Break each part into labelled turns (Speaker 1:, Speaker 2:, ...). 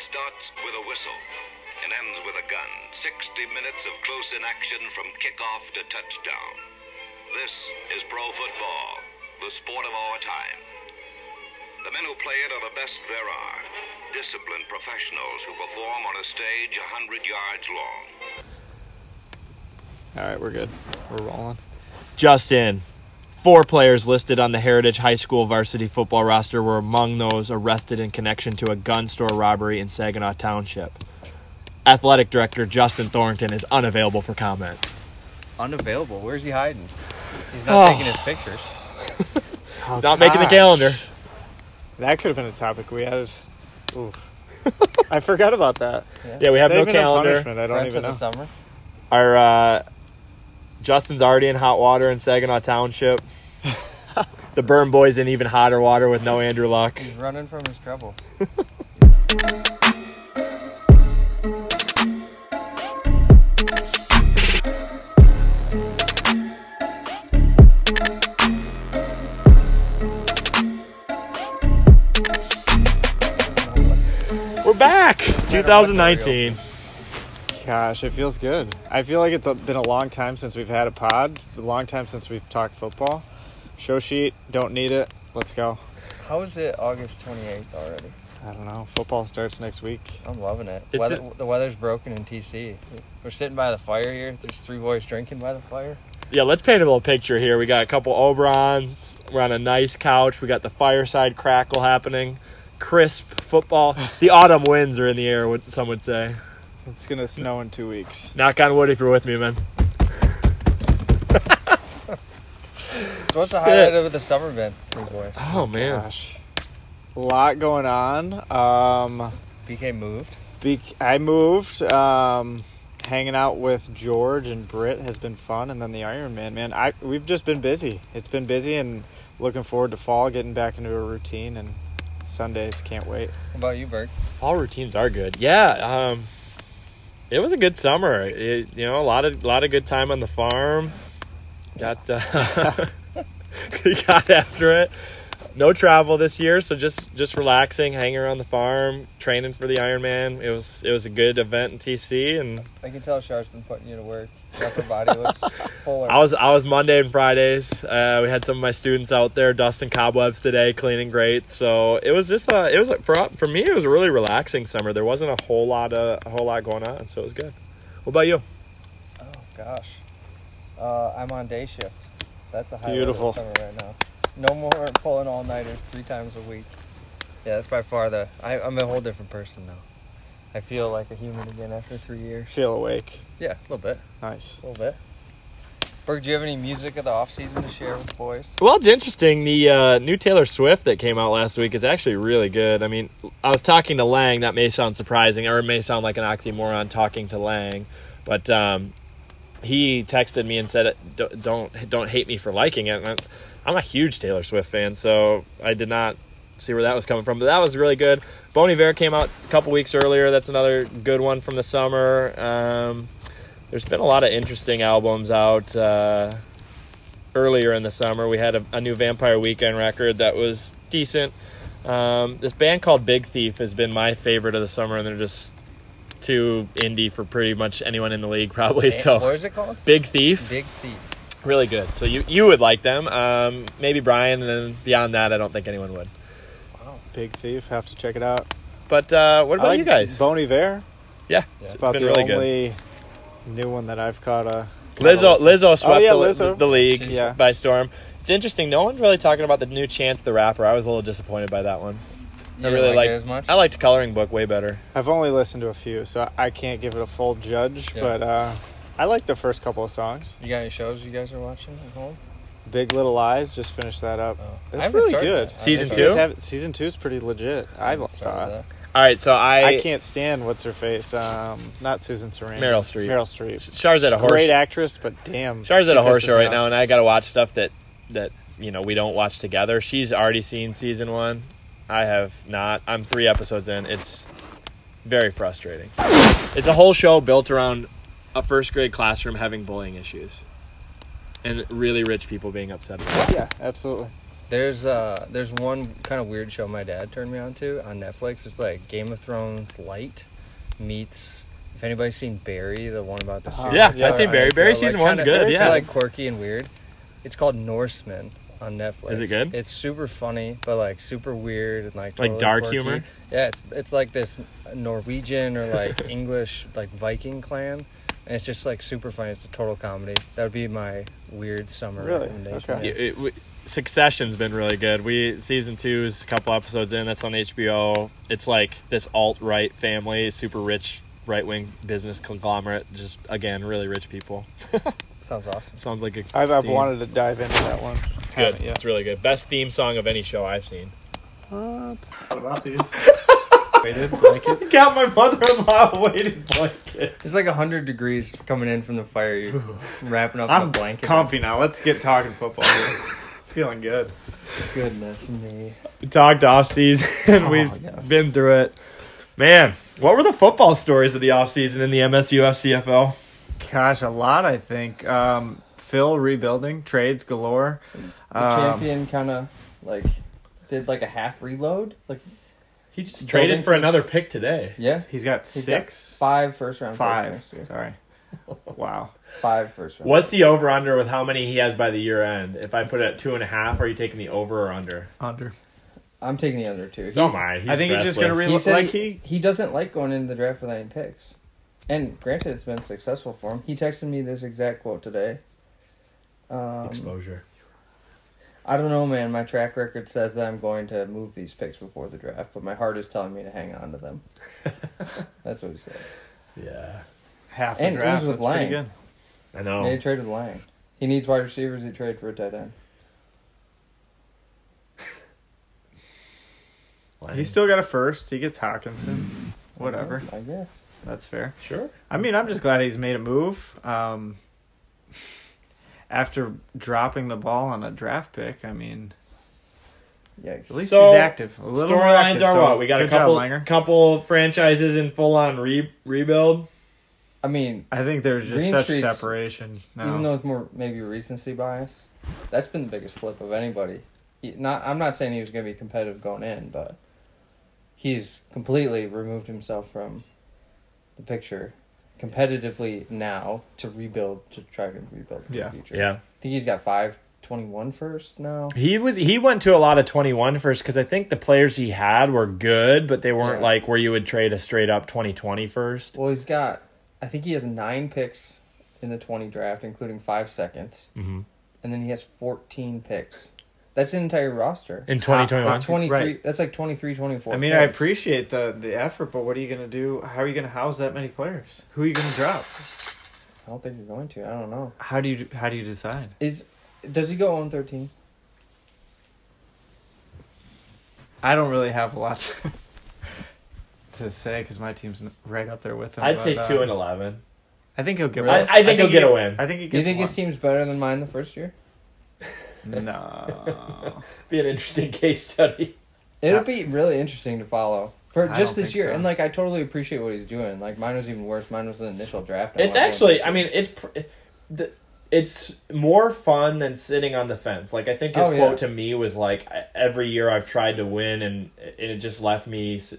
Speaker 1: starts with a whistle and ends with a gun. 60 minutes of close inaction from kickoff to touchdown. This is pro football, the sport of our time. The men who play it are the best there are. Disciplined professionals who perform on a stage 100 yards long.
Speaker 2: All right, we're good. We're rolling.
Speaker 3: Justin, four players listed on the Heritage High School varsity football roster were among those arrested in connection to a gun store robbery in Saginaw Township. Athletic Director Justin Thornton is unavailable for comment.
Speaker 4: Unavailable. Where's he hiding? He's not
Speaker 3: Oh.
Speaker 4: taking his pictures.
Speaker 2: Oh,
Speaker 3: He's not making the calendar.
Speaker 2: That could have been a topic we added. Oof. I forgot about that.
Speaker 3: Yeah, we
Speaker 2: Is
Speaker 3: have
Speaker 2: that
Speaker 3: no
Speaker 2: even a
Speaker 3: calendar.
Speaker 2: punishment? I don't
Speaker 4: Friends
Speaker 2: even
Speaker 4: of
Speaker 2: know.
Speaker 4: the summer.
Speaker 3: Our uh, Justin's already in hot water in Saginaw Township. the Burn Boys in even hotter water with no Andrew Luck.
Speaker 4: He's running from his troubles.
Speaker 3: We're back, 2019.
Speaker 2: Gosh, it feels good. I feel like it's a- been a long time since we've had a pod. A long time since we've talked football. Show sheet. Don't need it. Let's go.
Speaker 4: How is it August 28th already?
Speaker 2: I don't know. Football starts next week.
Speaker 4: I'm loving it.
Speaker 3: It's
Speaker 4: Weather, the weather's broken in TC. We're sitting by the fire here. There's three boys drinking by the fire.
Speaker 3: Yeah, let's paint a little picture here. We got a couple Oberons. We're on a nice couch. We got the fireside crackle happening. Crisp football. The autumn winds are in the air, would- some would say.
Speaker 2: It's gonna snow in two weeks.
Speaker 3: Knock on wood if you're with me, man.
Speaker 4: So what's the highlight of the summer been, three boys?
Speaker 3: Oh, man.
Speaker 2: Gosh, a lot going on. Um,
Speaker 4: BK moved.
Speaker 2: Be- I moved. Um, hanging out with George and Britt has been fun, and then the Iron Man. Man, I we've just been busy. It's been busy, and looking forward to fall, getting back into a routine, and Sundays can't wait.
Speaker 4: How about you, Berg?
Speaker 3: All routines are good. Yeah, um, it was a good summer. It, you know, a lot of lot of good time on the farm. Got uh, got after it. No travel this year, so just just relaxing, hanging around the farm, training for the Ironman. It was it was a good event in TC, and
Speaker 4: I can tell Shar's been putting you to work. Your upper body looks fuller.
Speaker 3: I was I was Monday and Fridays. Uh, we had some of my students out there dusting cobwebs today, cleaning grates. So it was just a it was a, for for me it was a really relaxing summer. There wasn't a whole lot of a whole lot going on, so it was good. What about you?
Speaker 4: Oh gosh, uh, I'm on day shift. That's the highlight
Speaker 2: Beautiful.
Speaker 4: of the summer right now. No more pulling all nighters three times a week. Yeah, that's by far the. I, I'm a whole different person now. I feel like a human again after three years.
Speaker 2: Feel awake.
Speaker 4: Yeah, a little bit,
Speaker 2: Nice.
Speaker 4: a little bit. Berg, do you have any music of the off season to share with boys?
Speaker 3: Well, it's interesting. The uh, new Taylor Swift that came out last week is actually really good. I mean, I was talking to Lang. That may sound surprising, or it may sound like an oxymoron talking to Lang, but um, he texted me and said, "D- "Don't don't hate me for liking it." And I- I'm a huge Taylor Swift fan, so I did not see where that was coming from. But that was really good. Bon Iver came out a couple weeks earlier. That's another good one from the summer. Um, there's been a lot of interesting albums out. Uh, earlier in the summer. We had a, a new Vampire Weekend record that was decent. Um, this band called Big Thief has been my favorite of the summer, and they're just too indie for pretty much anyone in the league, probably.
Speaker 4: what
Speaker 3: So
Speaker 4: is it called?
Speaker 3: Big Thief,
Speaker 4: Big Thief.
Speaker 3: really good. So you you would like them, um, maybe Brian, and then beyond that, I don't think anyone would.
Speaker 2: Big Thief. Have to check it out.
Speaker 3: But uh, what
Speaker 2: I
Speaker 3: about
Speaker 2: like
Speaker 3: you guys?
Speaker 2: Bon Iver.
Speaker 3: yeah,
Speaker 4: Yeah.
Speaker 3: it's
Speaker 2: About
Speaker 3: been
Speaker 2: the
Speaker 3: really good.
Speaker 2: only new one that I've caught a.
Speaker 3: Lizzo Lizzo swept
Speaker 2: Oh, yeah,
Speaker 3: the,
Speaker 2: Lizzo.
Speaker 3: the league
Speaker 2: She's- Yeah.
Speaker 3: by storm. It's interesting. No one's really talking about the new Chance the Rapper. I was a little disappointed by that one.
Speaker 4: You
Speaker 3: I
Speaker 4: didn't
Speaker 3: really
Speaker 4: like
Speaker 3: like.
Speaker 4: it as much.
Speaker 3: I liked Coloring Book way better.
Speaker 2: I've only listened to a few, so I can't give it a full judge.
Speaker 4: Yeah.
Speaker 2: But uh, I like the first couple of songs.
Speaker 4: You got any shows you guys are watching at home?
Speaker 2: Big Little Lies. Just finished that up.
Speaker 4: Oh. I
Speaker 2: That's
Speaker 4: haven't
Speaker 2: really
Speaker 4: started
Speaker 2: good.
Speaker 4: that. I
Speaker 3: Season
Speaker 2: If
Speaker 4: haven't
Speaker 2: you guys
Speaker 3: two?
Speaker 2: haven't- season two is pretty legit. I
Speaker 4: started- started
Speaker 2: thought.
Speaker 4: that.
Speaker 3: All right, so I,
Speaker 2: I can't stand what's her face. Um, not Susan Sarandon.
Speaker 3: Meryl Streep.
Speaker 2: Meryl Streep.
Speaker 3: Char's at a horse.
Speaker 2: Great actress, but damn.
Speaker 3: Char's at
Speaker 2: she
Speaker 3: a horse
Speaker 2: pisses
Speaker 3: show
Speaker 2: me
Speaker 3: right
Speaker 2: off.
Speaker 3: now, and I gotta watch stuff that that you know we don't watch together. She's already seen season one. I have not. I'm three episodes in. It's very frustrating. It's a whole show built around a first grade classroom having bullying issues, and really rich people being upset about it.
Speaker 2: Yeah, absolutely.
Speaker 4: There's uh there's one kind of weird show my dad turned me on to on Netflix. It's like Game of Thrones light meets. If anybody's seen Barry, the one about the
Speaker 2: Uh,
Speaker 4: serial
Speaker 3: Yeah,
Speaker 2: yeah,
Speaker 3: I've seen
Speaker 4: killer,
Speaker 3: Barry.
Speaker 4: like,
Speaker 3: Barry
Speaker 4: like,
Speaker 3: season one's
Speaker 4: kinda-
Speaker 3: good.
Speaker 4: it's
Speaker 3: Yeah,
Speaker 4: kinda, like quirky and weird. It's called Norseman on Netflix.
Speaker 3: Is it good?
Speaker 4: It's super funny, but like super weird and like
Speaker 3: Like
Speaker 4: totally
Speaker 3: dark
Speaker 4: quirky.
Speaker 3: humor?
Speaker 4: Yeah, it's it's like this Norwegian or like English like Viking clan, and it's just like super funny. It's a total comedy. That would be my weird summer
Speaker 2: Really?
Speaker 4: recommendation.
Speaker 2: Okay.
Speaker 3: Yeah, it- we- Succession's been really good. We season two is a couple episodes in. That's on HBO. It's like this alt right family, super rich right wing business conglomerate. Just again, really rich people.
Speaker 4: Sounds awesome.
Speaker 3: Sounds like a
Speaker 2: I've, I've
Speaker 3: theme.
Speaker 2: wanted to dive into that one.
Speaker 3: It's good.
Speaker 2: Yeah.
Speaker 3: It's really good. Best theme song of any show I've seen.
Speaker 5: What about these? Weighted blankets.
Speaker 3: Got my mother-in-law waiting blanket.
Speaker 4: It's like hundred degrees coming in from the fire. You're wrapping up
Speaker 2: I'm
Speaker 4: the blanket.
Speaker 2: comfy now. Let's get talking football. here. Feeling good.
Speaker 4: Goodness me.
Speaker 3: We talked off season. We've
Speaker 4: yes.
Speaker 3: been through it. Man, what were the football stories of the off season in the MSUF CFL?
Speaker 2: Gosh, a lot. I think um, Phil rebuilding trades galore.
Speaker 4: The
Speaker 2: Um,
Speaker 4: champion kind of like did like a half reload. Like
Speaker 3: He just
Speaker 4: Building-
Speaker 3: traded for another pick today.
Speaker 4: yeah,
Speaker 2: He's got
Speaker 4: He's got
Speaker 2: six,
Speaker 4: five first round
Speaker 2: five.
Speaker 4: picks next year.
Speaker 2: Sorry. Wow.
Speaker 4: Five first round.
Speaker 3: What's the over under with how many he has by the year end? If I put it at two and a half, are you taking the over or under?
Speaker 2: Under.
Speaker 4: I'm taking the under two.
Speaker 3: Oh my!
Speaker 2: I think he's just gonna
Speaker 3: restless.
Speaker 2: re-
Speaker 4: he said
Speaker 2: like
Speaker 4: he, he doesn't like going into the draft with any picks. And granted, it's been successful for him. He texted me this exact quote today. Um,
Speaker 3: exposure.
Speaker 4: I don't know, man. My track record says that I'm going to move these picks before the draft, but my heart is telling me to hang on to them. That's what he said.
Speaker 3: Yeah,
Speaker 2: Half
Speaker 4: And
Speaker 2: the
Speaker 4: it
Speaker 2: draft.
Speaker 4: was with
Speaker 2: That's pretty
Speaker 4: Lang.
Speaker 2: good.
Speaker 3: I
Speaker 4: And he
Speaker 3: know.
Speaker 4: traded Lang. He needs wide receivers. He traded for a tight end.
Speaker 2: He's still got a first. He gets Hawkinson. Whatever.
Speaker 4: I guess.
Speaker 2: That's fair.
Speaker 3: sure.
Speaker 2: I mean, I'm just glad he's made a move. Um, after dropping the ball on a draft pick, I mean, at
Speaker 4: Yikes.
Speaker 2: least
Speaker 3: So,
Speaker 2: he's active. A little more
Speaker 3: Storylines
Speaker 2: active,
Speaker 3: are
Speaker 2: so
Speaker 3: what we got a
Speaker 2: good job,
Speaker 3: couple
Speaker 2: Langer.
Speaker 3: couple franchises in full on re- rebuild.
Speaker 4: I mean,
Speaker 2: I think there's just
Speaker 4: Green
Speaker 2: such
Speaker 4: Street's-
Speaker 2: separation. now.
Speaker 4: even though it's more maybe recency bias, that's been the biggest flip of anybody. He, not I'm not saying he was going to be competitive going in, but he's completely removed himself from the picture competitively now to rebuild to try to rebuild for
Speaker 2: Yeah.
Speaker 4: the future. I think he's got five 21 first now.
Speaker 3: He was he went to a lot of 21 first because I think the players he had were good, but they weren't
Speaker 4: Yeah.
Speaker 3: like where you would trade a straight up 2020 first.
Speaker 4: Well, he's got I think he has 9 picks in the 20 draft including 5 seconds.
Speaker 3: Mm-hmm.
Speaker 4: And then he has 14 picks. That's an entire roster.
Speaker 3: In 2021,
Speaker 4: That's 23
Speaker 2: Right.
Speaker 4: that's like 23 24.
Speaker 2: I mean, I
Speaker 4: picks.
Speaker 2: appreciate the the effort, but what are you going to do? How are you going to house that many players? Who are you going to drop?
Speaker 4: I don't think you're going to. I don't know.
Speaker 2: How do you how do you decide?
Speaker 4: Is does he go on thirteen?
Speaker 2: I don't really have a lot to say because my team's n- right up there with him.
Speaker 3: I'd say
Speaker 2: but, uh,
Speaker 3: two and 11.
Speaker 2: I think he'll get.
Speaker 4: Really?
Speaker 2: one.
Speaker 3: I- I think he'll
Speaker 2: he
Speaker 3: get a
Speaker 2: gets-
Speaker 3: win.
Speaker 2: I think he
Speaker 4: Do
Speaker 2: gets.
Speaker 4: you think his
Speaker 2: one.
Speaker 4: team's better than mine the first year?
Speaker 2: No.
Speaker 3: Be an interesting case study.
Speaker 4: It'll
Speaker 2: Yeah.
Speaker 4: be really interesting to follow for
Speaker 2: I
Speaker 4: just
Speaker 2: don't
Speaker 4: this
Speaker 2: think
Speaker 4: year.
Speaker 2: so.
Speaker 4: And like, I totally appreciate what he's doing. Like, mine was even worse. Mine was an initial draft.
Speaker 3: It's
Speaker 4: went
Speaker 3: actually,
Speaker 4: on.
Speaker 3: I mean, it's pr- the, it's more fun than sitting on the fence. Like I think his
Speaker 4: Oh, yeah.
Speaker 3: quote to me was like, "I- "Every year I've tried to win, and and it just left me s-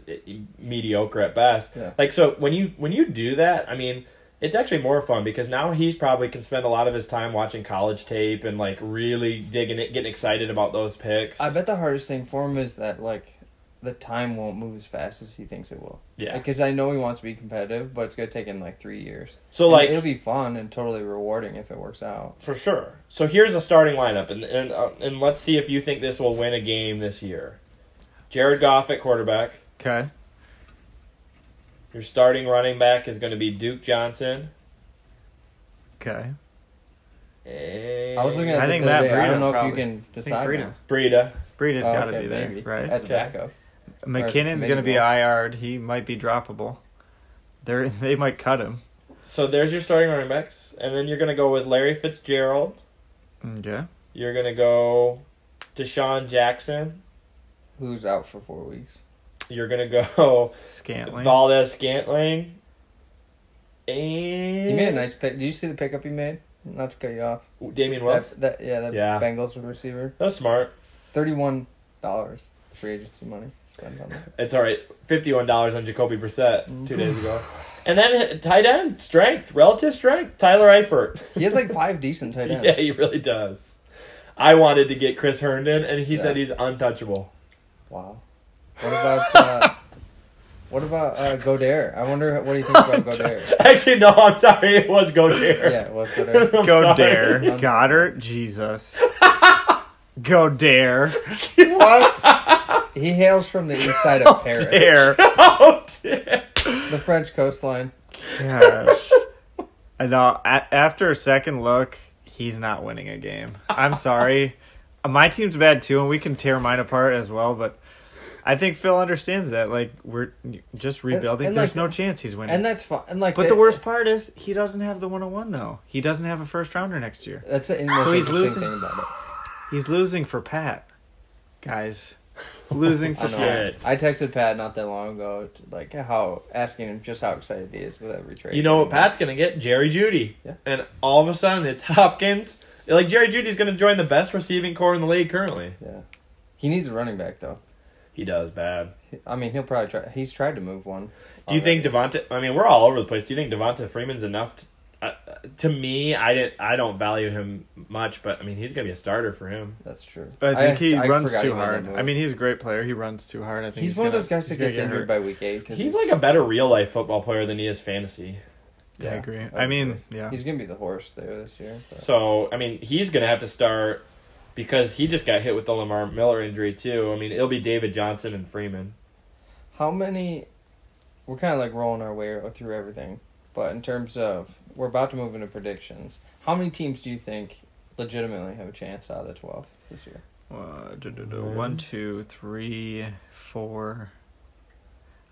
Speaker 3: mediocre at best."
Speaker 4: Yeah.
Speaker 3: Like so, when you when you do that, I mean. It's actually more fun because now he's probably can spend a lot of his time watching college tape and like really digging it, getting excited about those picks.
Speaker 4: I bet the hardest thing for him is that like, the time won't move as fast as he thinks it will.
Speaker 3: Yeah.
Speaker 4: Because I know he wants to be competitive, but it's gonna take him like three years.
Speaker 3: so
Speaker 4: And
Speaker 3: like
Speaker 4: it'll be fun and totally rewarding if it works out.
Speaker 3: For sure. So here's a starting lineup, and and uh, and let's see if you think this will win a game this year. Jared Goff at quarterback.
Speaker 2: okay.
Speaker 3: Your starting running back is going to be Duke Johnson.
Speaker 2: Okay.
Speaker 3: And
Speaker 4: I was looking at.
Speaker 2: I
Speaker 4: this
Speaker 2: think
Speaker 4: the other
Speaker 2: Matt
Speaker 4: day. I
Speaker 2: Breida
Speaker 4: don't know if
Speaker 2: probably.
Speaker 4: you can
Speaker 2: I think
Speaker 4: decide. now.
Speaker 2: Breida.
Speaker 3: Breida.
Speaker 2: Breida's
Speaker 4: Oh,
Speaker 2: got to
Speaker 4: okay,
Speaker 2: be there,
Speaker 4: maybe.
Speaker 2: right?
Speaker 4: As a
Speaker 3: Okay.
Speaker 4: backup.
Speaker 2: McKinnon's going to be
Speaker 4: maybe-
Speaker 2: IR'd. He might be droppable. They they might cut him.
Speaker 3: So there's your starting running backs, and then you're going to go with Larry Fitzgerald.
Speaker 2: Okay.
Speaker 3: You're going to go Deshaun Jackson.
Speaker 4: who's out for four weeks.
Speaker 3: You're going to go
Speaker 2: Scantling.
Speaker 3: Valdez Scantling. And
Speaker 4: He made a nice pick. Did you see the pickup he made? Not to cut you off.
Speaker 3: Damian Wells.
Speaker 4: That, that yeah, that
Speaker 3: Yeah.
Speaker 4: Bengals receiver.
Speaker 3: That's smart.
Speaker 4: Thirty-one dollars free agency money spent on that.
Speaker 3: It's all right. Fifty-one dollars on Jacoby Brissett two
Speaker 4: Mm-hmm.
Speaker 3: days ago, and then tight end strength, relative strength. Tyler Eifert.
Speaker 4: He has like five decent tight ends.
Speaker 3: Yeah, he really does. I wanted to get Chris Herndon, and he
Speaker 4: Yeah.
Speaker 3: said he's untouchable.
Speaker 4: Wow. What about uh, what about uh, Godare? I wonder what he thinks about Godare.
Speaker 3: Actually, no, I'm sorry. It was Godair.
Speaker 4: Yeah, what's Godare?
Speaker 3: I'm
Speaker 2: Go
Speaker 3: sorry.
Speaker 2: dare. Goddard. Jesus. Go dare.
Speaker 4: what? He hails from the east side of Paris,
Speaker 2: Dare.
Speaker 3: Oh, dear.
Speaker 4: the French coastline.
Speaker 2: Gosh. I know. A- after a second look, he's not winning a game. I'm sorry. My team's bad too, and we can tear mine apart as well. But I think Phil understands that. Like we're just rebuilding.
Speaker 4: and,
Speaker 2: There's
Speaker 4: like,
Speaker 2: no chance he's winning.
Speaker 4: And that's fine. And like,
Speaker 2: but
Speaker 4: they-
Speaker 2: the worst part is he doesn't have the 101 though. He doesn't have a first rounder next year.
Speaker 4: That's the most
Speaker 2: So he's
Speaker 4: interesting
Speaker 2: losing.
Speaker 4: thing about it.
Speaker 2: He's losing for Pat, guys. Losing
Speaker 4: I
Speaker 2: for
Speaker 4: know.
Speaker 2: Pat.
Speaker 3: Shit.
Speaker 4: I texted Pat not that long ago, like how asking him just how excited he is with every trade.
Speaker 3: You know what Pat's going to get? Jerry Judy.
Speaker 4: Yeah.
Speaker 3: And all of a sudden, it's Hopkins. Like, Jerry Judy's going to join the best receiving core in the league currently.
Speaker 4: Yeah, he needs a running back though.
Speaker 3: He does bad. Oh,
Speaker 4: I mean, he'll probably try. He's tried to move one.
Speaker 3: Do you think Devonta? I mean, we're all over the place. Do you think Devonta Freeman's enough? To, uh, uh, to me, I didn't. I don't value him much, but I mean, he's gonna be a starter for him.
Speaker 4: That's true.
Speaker 2: I think he
Speaker 4: I
Speaker 2: runs
Speaker 4: forgot
Speaker 2: too
Speaker 4: he made that
Speaker 2: hard.
Speaker 4: move.
Speaker 2: I mean, he's a great player. He runs too hard. I think
Speaker 4: he's, one of
Speaker 2: gonna-
Speaker 4: those guys that
Speaker 2: he's gonna
Speaker 4: gets
Speaker 2: get
Speaker 4: injured
Speaker 2: hurt.
Speaker 4: by week eight. 'cause
Speaker 3: He's like a better real life football player than he is fantasy.
Speaker 2: Yeah, I agree. I mean, yeah.
Speaker 4: he's gonna be the horse there this year. But.
Speaker 3: So I mean, he's gonna have to start because he just got hit with the Lamar Miller injury too. I mean, it'll be David Johnson and Freeman.
Speaker 4: How many? We're kind of like rolling our way through everything, but in terms of we're about to move into predictions. How many teams do you think legitimately have a chance out of the twelve this year?
Speaker 2: Uh, duh, duh, duh, one, two, three, four.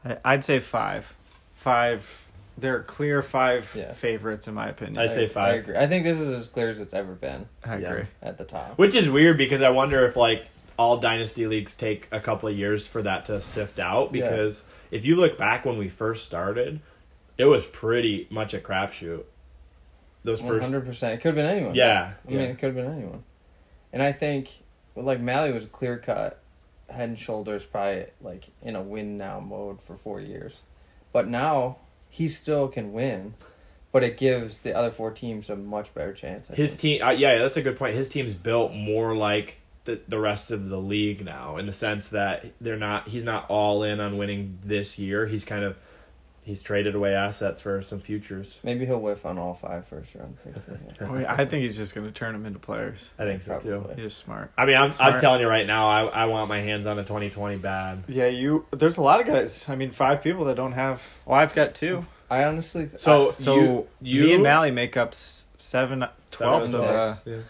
Speaker 2: I, I'd say five. Five. There are clear five
Speaker 4: Yeah.
Speaker 2: favorites in my opinion.
Speaker 3: I say
Speaker 4: I
Speaker 3: five,
Speaker 4: agree. I think this is as clear as it's ever been
Speaker 2: I
Speaker 3: Yeah.
Speaker 2: agree.
Speaker 4: at the top.
Speaker 3: which is weird because I wonder if like all dynasty leagues take a couple of years for that to sift out
Speaker 4: Yeah.
Speaker 3: because if you look back when we first started, it was pretty much a crapshoot. Those
Speaker 4: One
Speaker 3: first,
Speaker 4: hundred percent. It could have been anyone.
Speaker 3: yeah,
Speaker 4: I
Speaker 3: yeah.
Speaker 4: mean, it could have been anyone. And I think, well, like Mally was clear cut, head and shoulders, probably like in a win now mode for four years, but now he still can win, but it gives the other four teams a much better chance. I
Speaker 3: His
Speaker 4: think.
Speaker 3: team, uh, yeah, that's a good point. His team's built more like the the rest of the league now, in the sense that they're not. He's not all in on winning this year. He's kind of he's traded away assets for some futures.
Speaker 4: Maybe he'll whiff on all five first round picks. in here.
Speaker 2: Oh, yeah, I think he's just going to turn them into players.
Speaker 3: I think so too.
Speaker 4: Probably.
Speaker 2: He's smart.
Speaker 3: I mean, I'm I'm
Speaker 2: Smart.
Speaker 3: telling you right now, I I want my hands on a 2020 bad.
Speaker 2: Yeah, you. There's a lot of guys. I mean, five people that don't have. Well, I've got two.
Speaker 4: I honestly. Th-
Speaker 3: So
Speaker 2: So
Speaker 3: you,
Speaker 2: me
Speaker 3: you
Speaker 2: and Mally make up s- seven, twelve.
Speaker 4: Seven
Speaker 2: of
Speaker 4: picks.
Speaker 2: the-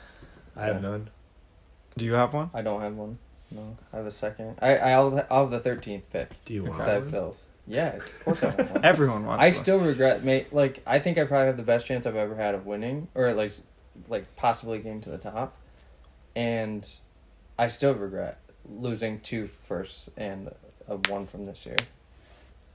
Speaker 3: I have none.
Speaker 2: do you have one?
Speaker 4: I, I don't have one. No, I have a second. I I'll, I'll have the thirteenth pick.
Speaker 3: Do you want?
Speaker 4: Because I have Phils. Yeah, of course I have one.
Speaker 2: Everyone wants.
Speaker 4: I
Speaker 2: one.
Speaker 4: still regret, mate. Like I think I probably have the best chance I've ever had of winning, or like, like possibly getting to the top, and I still regret losing two firsts and a one from this year,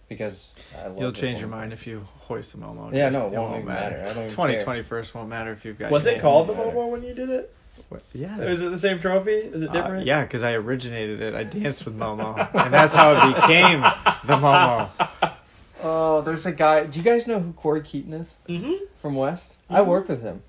Speaker 4: because I love
Speaker 2: You'll change your mind if you hoist the Momo.
Speaker 4: Yeah,
Speaker 2: dude.
Speaker 4: no,
Speaker 2: It
Speaker 4: it won't
Speaker 2: won't
Speaker 4: even matter. I don't even
Speaker 2: Twenty
Speaker 4: care.
Speaker 2: twenty first won't matter if you've got.
Speaker 3: Was
Speaker 2: your
Speaker 3: it
Speaker 2: name.
Speaker 3: called the Momo when you did it?
Speaker 2: What- Yeah.
Speaker 3: Is it the same trophy? Is it
Speaker 2: Uh,
Speaker 3: different?
Speaker 2: yeah, because I originated it. I danced with Momo, and that's how it became the Momo.
Speaker 4: Oh, there's a guy. Do you guys know who Corey Keaton is
Speaker 3: hmm
Speaker 4: from West? I work with him,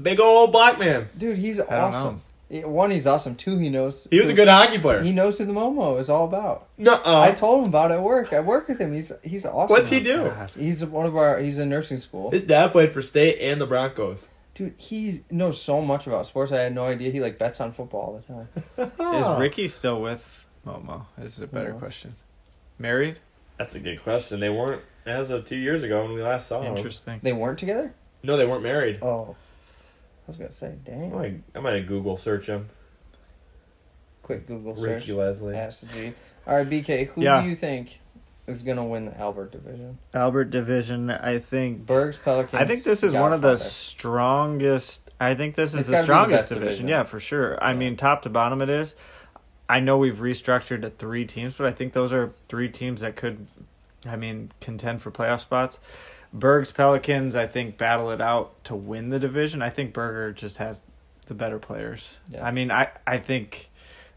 Speaker 3: Big old black man.
Speaker 4: dude. He's
Speaker 2: don't
Speaker 4: awesome. Yeah, One, he's awesome. Two, he knows.
Speaker 3: He was a good hockey player.
Speaker 4: He knows who the Momo is all about.
Speaker 3: No,
Speaker 4: I told him about it at work. I work with him. He's he's awesome.
Speaker 3: What's he do?
Speaker 2: God.
Speaker 4: He's one of our. He's in nursing school.
Speaker 3: His dad played for State and the Broncos.
Speaker 4: Dude, he knows so much about sports. I had no idea he like bets on football all the time.
Speaker 3: Ah.
Speaker 2: Is Ricky still with Momo? Is a better
Speaker 4: No.
Speaker 2: question. Married?
Speaker 3: That's a good question. They weren't as of two years ago when we last saw them.
Speaker 2: Interesting.
Speaker 4: They weren't together.
Speaker 3: No, they weren't married.
Speaker 4: Oh, I was gonna say, dang.
Speaker 3: I'm gonna, I'm gonna Google search him.
Speaker 4: Quick Google search.
Speaker 3: Ricky Leslie.
Speaker 4: Ask the G. All right, BK. Who
Speaker 2: Yeah.
Speaker 4: do you think is gonna win the Albert division?
Speaker 2: Albert Division. I think.
Speaker 4: Bergs Pelicans.
Speaker 2: I think this is
Speaker 4: got
Speaker 2: one of the
Speaker 4: Father.
Speaker 2: strongest. I think this is
Speaker 4: It's
Speaker 2: the
Speaker 4: gotta be the
Speaker 2: strongest
Speaker 4: best
Speaker 2: division.
Speaker 4: division.
Speaker 2: Yeah, for sure. I
Speaker 4: Yeah.
Speaker 2: mean, top to bottom, it is. I know we've restructured to three teams, but I think those are three teams that could, I mean, contend for playoff spots. Berg's Pelicans, I think, battle it out to win the division. I think Berger just has the better players.
Speaker 4: Yeah.
Speaker 2: I mean, I I think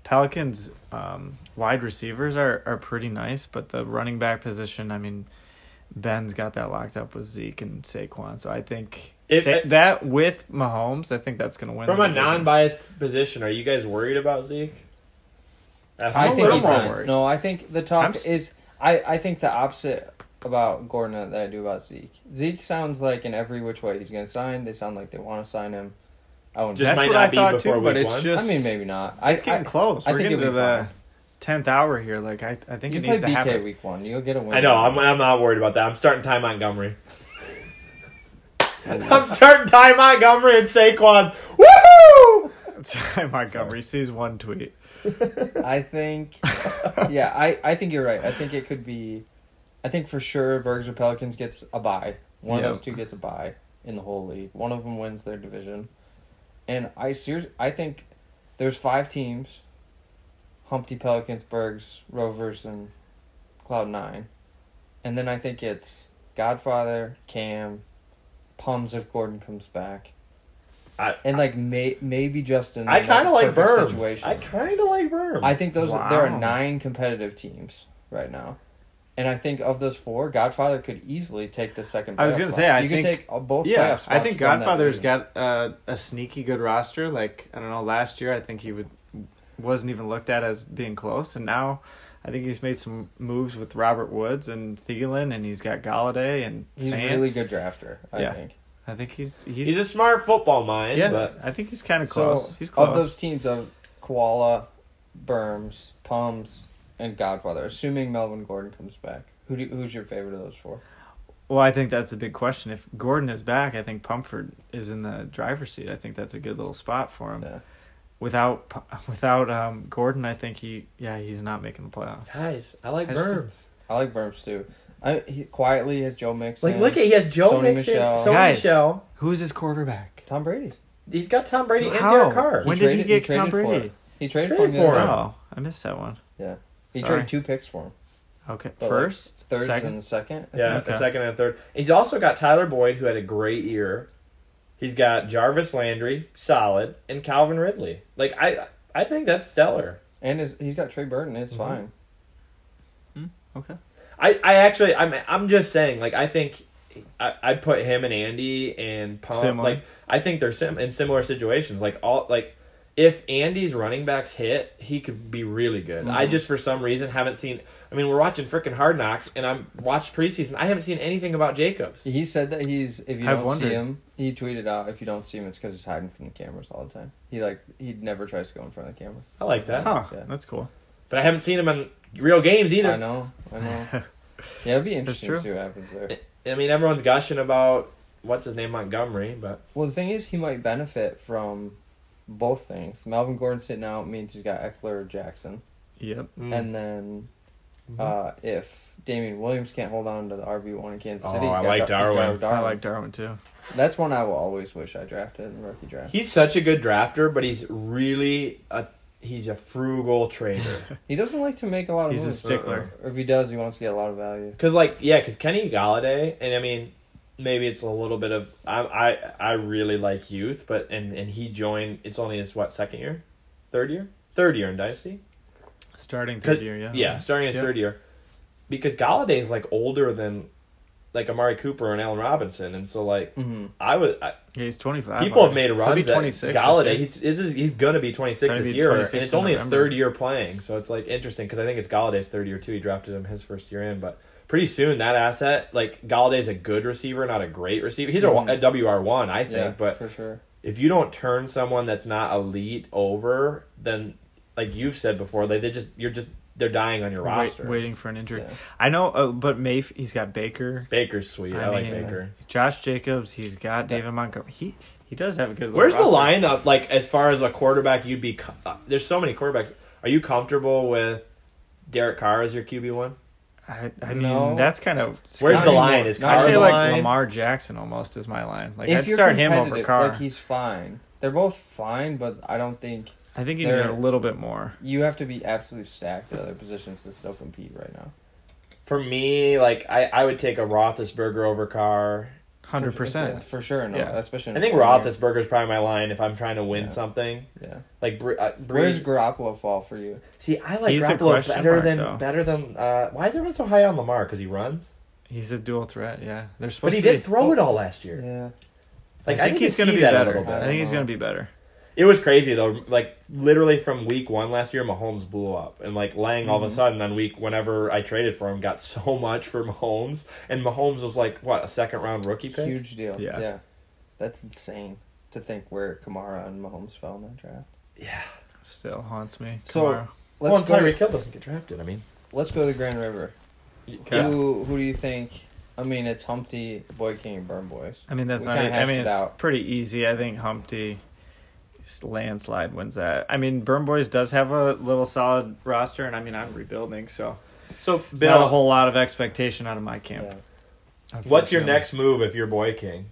Speaker 2: Pelicans um, wide receivers are are pretty nice, but the running back position, I mean, Ben's got that locked up with Zeke and Saquon, so I think
Speaker 3: If-
Speaker 2: Sa- that with Mahomes, I think that's going to win.
Speaker 3: From
Speaker 2: the
Speaker 3: a
Speaker 2: division.
Speaker 3: non-biased position, are you guys worried about Zeke? That's
Speaker 2: I'm
Speaker 4: I
Speaker 2: a
Speaker 4: think
Speaker 2: little
Speaker 4: he
Speaker 2: more
Speaker 4: signs.
Speaker 2: worried.
Speaker 4: No, I think the
Speaker 2: I'm
Speaker 4: talk
Speaker 2: s-
Speaker 4: is I, I think the opposite about Gordon that I do about Zeke. Zeke sounds like in every which way he's going to sign. They sound like they want to sign him. I wouldn't.
Speaker 3: Just
Speaker 2: That's
Speaker 3: might
Speaker 2: what
Speaker 3: not
Speaker 2: I
Speaker 3: be
Speaker 2: thought
Speaker 3: before
Speaker 2: too, but
Speaker 3: week
Speaker 2: it's
Speaker 3: one?
Speaker 2: just
Speaker 4: I mean, maybe not. I,
Speaker 2: it's getting
Speaker 4: I-
Speaker 2: close.
Speaker 4: I
Speaker 2: We're
Speaker 4: think
Speaker 2: getting to
Speaker 4: it'll be
Speaker 2: the
Speaker 4: fine.
Speaker 2: tenth hour here. Like I, I think
Speaker 4: You
Speaker 2: it
Speaker 4: play
Speaker 2: needs to
Speaker 4: BK
Speaker 2: happen.
Speaker 4: week one. You'll get a win.
Speaker 3: I know. I'm, I'm not worried about that. I'm starting Ty Montgomery. I'm starting Ty Montgomery and Saquon. Woo!
Speaker 2: Ty Montgomery sees one tweet.
Speaker 4: I think, yeah, I, I think you're right. I think it could be, I think for sure Bergs or Pelicans gets a bye. One
Speaker 2: Yep.
Speaker 4: of those two gets a bye in the whole league. One of them wins their division, and I serious, I think there's five teams: Humpty Pelicans, Bergs, Rovers, and Cloud Nine, and then I think it's Godfather, Cam, Pums if Gordon comes back.
Speaker 3: I-
Speaker 4: and like may, maybe Justin.
Speaker 3: I
Speaker 4: in that
Speaker 3: kind of like
Speaker 4: perfect
Speaker 3: Burns. I kind of like Burns.
Speaker 4: I
Speaker 3: I,
Speaker 4: think those there
Speaker 2: Wow.
Speaker 4: are nine competitive teams right now, and I think of those four, Godfather could easily take the second.
Speaker 2: I was
Speaker 4: playoff
Speaker 2: gonna
Speaker 4: spot.
Speaker 2: say, I
Speaker 4: you
Speaker 2: think-
Speaker 4: could take uh, both.
Speaker 2: Yeah,
Speaker 4: playoff spots
Speaker 2: I think
Speaker 4: from that
Speaker 2: Godfather's
Speaker 4: division.
Speaker 2: got uh, a sneaky good roster. Like I don't know, last year I think he would wasn't even looked at as being close, and now I think he's made some moves with Robert Woods and Thielen, and he's got Galladay and
Speaker 4: He's
Speaker 2: Fant.
Speaker 4: really good drafter. I
Speaker 2: Yeah.
Speaker 4: think.
Speaker 2: I think he's he's,
Speaker 3: he's a smart football mind,
Speaker 2: yeah.
Speaker 3: but
Speaker 2: I think he's kind of close.
Speaker 4: So
Speaker 2: he's close.
Speaker 4: of those teams of Koala, Berms, Pums, and Godfather, assuming Melvin Gordon comes back, who do, who's your favorite of those four?
Speaker 2: well, I think that's a big question. If Gordon is back, I think Pumford is in the driver's seat. I think that's a good little spot for him.
Speaker 4: Yeah.
Speaker 2: Without Pu- without um, Gordon, I think he yeah he's not making the playoff.
Speaker 3: guys, I like
Speaker 2: I just-
Speaker 3: Burns.
Speaker 4: I like Berms too. I he, quietly has Joe Mixon.
Speaker 3: Like, look at he has Joe
Speaker 4: Sony
Speaker 3: Mixon,
Speaker 4: Michel.
Speaker 3: Sony
Speaker 2: Guys,
Speaker 3: Michel.
Speaker 2: who's his quarterback?
Speaker 4: Tom Brady.
Speaker 3: He's got Tom Brady and
Speaker 2: How?
Speaker 3: Derek Carr.
Speaker 2: When did he get Tom
Speaker 4: traded for
Speaker 2: Brady?
Speaker 4: it. He traded,
Speaker 3: Traded
Speaker 4: for him. the other
Speaker 3: for him.
Speaker 4: night.
Speaker 2: Oh, I missed that one.
Speaker 4: Yeah. He
Speaker 2: Sorry.
Speaker 4: traded two picks for him.
Speaker 2: Okay,
Speaker 4: But, like,
Speaker 2: first,
Speaker 4: Third
Speaker 2: second.
Speaker 4: and second.
Speaker 3: yeah,
Speaker 2: Okay.
Speaker 3: a second and a third. He's also got Tyler Boyd, who had a great year. He's got Jarvis Landry, solid, and Calvin Ridley. Like I, I think that's stellar.
Speaker 4: And his, he's got Trey Burton. It's
Speaker 2: Mm-hmm.
Speaker 4: fine.
Speaker 2: okay.
Speaker 3: I, I actually, I'm, I'm just saying. Like I think, I, I put him and Andy and Pump.
Speaker 2: Similar.
Speaker 3: Like I think they're sim- in similar situations. Like all, like if Andy's running backs hit, he could be really good. I just for some reason haven't seen. I mean, we're watching freaking Hard Knocks, and I'm watched preseason. I haven't seen anything about Jacobs.
Speaker 4: He said that he's if you
Speaker 2: I've
Speaker 4: don't
Speaker 2: wondered.
Speaker 4: see him, he tweeted out if you don't see him, it's because he's hiding from the cameras all the time. He like he never tries to go in front of the camera.
Speaker 3: I like that,
Speaker 2: Huh,
Speaker 4: Yeah.
Speaker 2: that's cool.
Speaker 3: but I haven't seen him in real games either.
Speaker 4: I know, I know. Yeah, it'd be interesting to
Speaker 2: true.
Speaker 4: see what happens there.
Speaker 3: I mean, everyone's gushing about what's his name Montgomery, but
Speaker 4: Well, the thing is, he might benefit from both things. Melvin Gordon sitting out means he's got Eckler or Jackson,
Speaker 2: Yep.
Speaker 3: mm.
Speaker 4: and then
Speaker 2: Mm-hmm.
Speaker 4: uh, if Damian Williams can't hold on to the RB one in Kansas
Speaker 3: Oh,
Speaker 4: City, he's
Speaker 3: I
Speaker 4: got
Speaker 3: like
Speaker 4: Dar- he's got
Speaker 3: Darwin.
Speaker 2: I like Darwin too.
Speaker 4: That's one I will always wish I drafted in the rookie draft.
Speaker 3: he's such a good drafter, but he's really a he's a frugal trader.
Speaker 4: He doesn't like to make a lot of
Speaker 2: He's a
Speaker 3: uh,
Speaker 4: moves.
Speaker 2: stickler.
Speaker 4: Or if he does, he wants to get a lot of value.
Speaker 3: Cause like yeah, cause Kenny Galladay, and I mean maybe it's a little bit of I I I really like youth, but and and he joined. It's only his what second year, third year, third year in Dynasty.
Speaker 2: Starting
Speaker 3: Could-
Speaker 2: third year, yeah.
Speaker 3: Yeah, starting his
Speaker 2: Yep.
Speaker 3: third year. Because Galladay is like older than like Amari Cooper and Allen Robinson, and so like
Speaker 4: Mm-hmm.
Speaker 3: I would I,
Speaker 2: Yeah, he's twenty five.
Speaker 3: People have made a
Speaker 2: He'll
Speaker 3: run
Speaker 2: be
Speaker 3: at
Speaker 2: twenty six.
Speaker 3: Galladay. He's this is, he's gonna be twenty six
Speaker 2: Gonna
Speaker 3: this
Speaker 2: be
Speaker 3: year,
Speaker 2: 26
Speaker 3: and it's
Speaker 2: in
Speaker 3: only his
Speaker 2: November.
Speaker 3: third year playing. So it's like interesting because I think it's Galladay's third year too. He drafted him his first year in, but pretty soon that asset like Galladay's a good receiver, not a great receiver. He's a,
Speaker 2: Mm-hmm.
Speaker 4: Mhm.
Speaker 3: a WR one, I think.
Speaker 4: Yeah,
Speaker 3: but
Speaker 4: for sure.
Speaker 3: if you don't turn someone that's not elite over, then like you've said before, like they just you're just they're dying on your roster.
Speaker 2: waiting for an injury.
Speaker 4: Yeah.
Speaker 2: I know, uh, but Mayf, he's got Baker.
Speaker 3: Baker's sweet. I, like
Speaker 2: mean,
Speaker 3: Baker.
Speaker 2: Josh Jacobs, he's got David Montgomery. He he does have a good. little
Speaker 3: Where's the
Speaker 2: roster.
Speaker 3: line up? Like as far as a quarterback, you'd be. co- uh, There's so many quarterbacks. Are you comfortable with Derek Carr as your QB one?
Speaker 2: I, I mean,
Speaker 4: No.
Speaker 2: that's kind of.
Speaker 3: Where's
Speaker 4: not
Speaker 3: the
Speaker 4: anymore.
Speaker 3: line? Is
Speaker 4: Not
Speaker 3: Carr
Speaker 2: I'd
Speaker 3: the
Speaker 2: say
Speaker 4: anymore.
Speaker 2: like
Speaker 3: line?
Speaker 2: Lamar Jackson almost is my line. Like
Speaker 4: if
Speaker 2: I'd
Speaker 4: you're
Speaker 2: start him over
Speaker 4: competitive,
Speaker 2: Carr.
Speaker 4: like he's fine. They're both fine, but I don't think
Speaker 2: I think you need
Speaker 4: they're-
Speaker 2: a little bit more.
Speaker 4: you have to be absolutely stacked at other positions to still compete right now.
Speaker 3: For me, like I, I would take a Roethlisberger over Carr.
Speaker 2: hundred percent.
Speaker 4: for sure. No,
Speaker 2: Yeah.
Speaker 4: especially. in
Speaker 3: I
Speaker 4: a
Speaker 3: think
Speaker 4: corner.
Speaker 3: Roethlisberger is probably my line if I'm trying to win
Speaker 4: Yeah.
Speaker 3: something.
Speaker 4: Yeah.
Speaker 3: Like Bre- uh, Breeze.
Speaker 4: Where's Garoppolo fall for you?
Speaker 3: See, I like
Speaker 2: He's a
Speaker 3: Garoppolo
Speaker 2: question
Speaker 3: better
Speaker 2: mark,
Speaker 3: than
Speaker 2: though.
Speaker 3: better than. Uh, why is everyone so high on Lamar? Because he runs,
Speaker 2: He's a dual threat. Yeah, they're
Speaker 3: but
Speaker 2: supposed
Speaker 3: he
Speaker 2: to.
Speaker 3: didn't
Speaker 2: be,
Speaker 3: throw it all last year.
Speaker 4: Yeah.
Speaker 3: Like
Speaker 2: I think he's
Speaker 3: going
Speaker 2: gonna be
Speaker 3: to see that a
Speaker 2: better.
Speaker 3: little bit.
Speaker 2: I think he's
Speaker 4: I don't
Speaker 2: gonna be better.
Speaker 3: It was crazy though. Like literally from week one last year, Mahomes blew up, and like Lang all of
Speaker 2: Mm-hmm.
Speaker 3: a sudden on week whenever I traded for him got so much for Mahomes, and Mahomes was like what a second round rookie pick.
Speaker 4: Huge deal.
Speaker 2: Yeah.
Speaker 4: Yeah. That's insane to think where Kamara and Mahomes fell in that draft.
Speaker 3: Yeah.
Speaker 2: Still haunts me.
Speaker 4: So,
Speaker 2: Kamara.
Speaker 3: Well, and
Speaker 4: Let's go.
Speaker 3: Tyreek
Speaker 4: To,
Speaker 3: Hill doesn't get drafted. I mean,
Speaker 4: let's go to the Grand River.
Speaker 2: Okay.
Speaker 4: Who who do you think? I mean, it's Humpty, Boy King, and Burn Boys.
Speaker 2: I mean, that's
Speaker 4: We
Speaker 2: not.
Speaker 4: kinda
Speaker 2: e- I
Speaker 4: hashed
Speaker 2: mean,
Speaker 4: it
Speaker 2: it's
Speaker 4: out.
Speaker 2: pretty easy. I think Humpty s- landslide wins that. I mean, Burn Boys does have a little solid roster, and I mean, I'm rebuilding, so
Speaker 3: so
Speaker 2: it's
Speaker 3: Bill,
Speaker 2: not a whole lot of expectation out of my camp.
Speaker 4: Yeah.
Speaker 3: what's your
Speaker 2: unfortunately.
Speaker 3: next move if you're Boy King?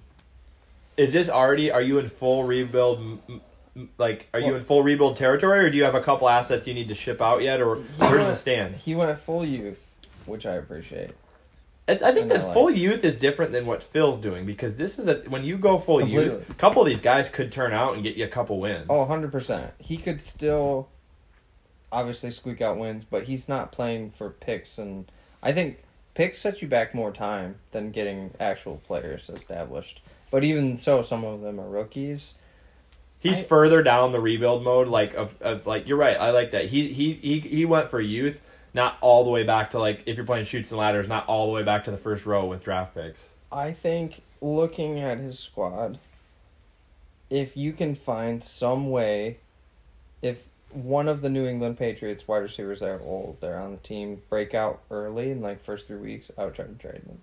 Speaker 3: Is this already? Are you in full rebuild? m- m- m- Like, are you
Speaker 4: Well-
Speaker 3: in full rebuild territory, or do you have a couple assets you need to ship out yet, or where does it stand?
Speaker 4: He went full youth, which I appreciate.
Speaker 3: It's, I think
Speaker 4: And they're
Speaker 3: that
Speaker 4: like-
Speaker 3: full youth is different than what Phil's doing because this is a when you go full
Speaker 4: Completely.
Speaker 3: youth, a couple of these guys could turn out and get you a couple wins.
Speaker 4: Oh, 100%. He could still obviously squeak out wins, but he's not playing for picks. And I think picks set you back more time than getting actual players established. But even so, some of them are rookies.
Speaker 3: he's
Speaker 4: I-
Speaker 3: further down the rebuild mode. Like of, of like you're right. I like that. He he he he went for youth, not all the way back to like if you're playing shoots and ladders, not all the way back to the first row with draft picks.
Speaker 4: I think looking at his squad, if you can find some way, if one of the New England Patriots wide receivers that are old, they're on the team, break out early in like first three weeks, I would try to trade them.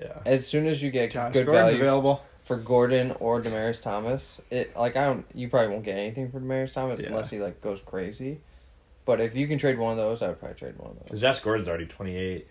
Speaker 3: Yeah.
Speaker 4: As soon as you get
Speaker 2: Josh
Speaker 4: good
Speaker 2: Gordon's
Speaker 4: value
Speaker 2: available.
Speaker 4: for Gordon or Damaris Thomas, it like I don't you probably won't get anything for Damaris Thomas
Speaker 2: Yeah.
Speaker 4: unless he like goes crazy. But if you can trade one of those, I would probably trade one of
Speaker 3: 'Cause
Speaker 4: those.
Speaker 3: Josh Gordon's already 28.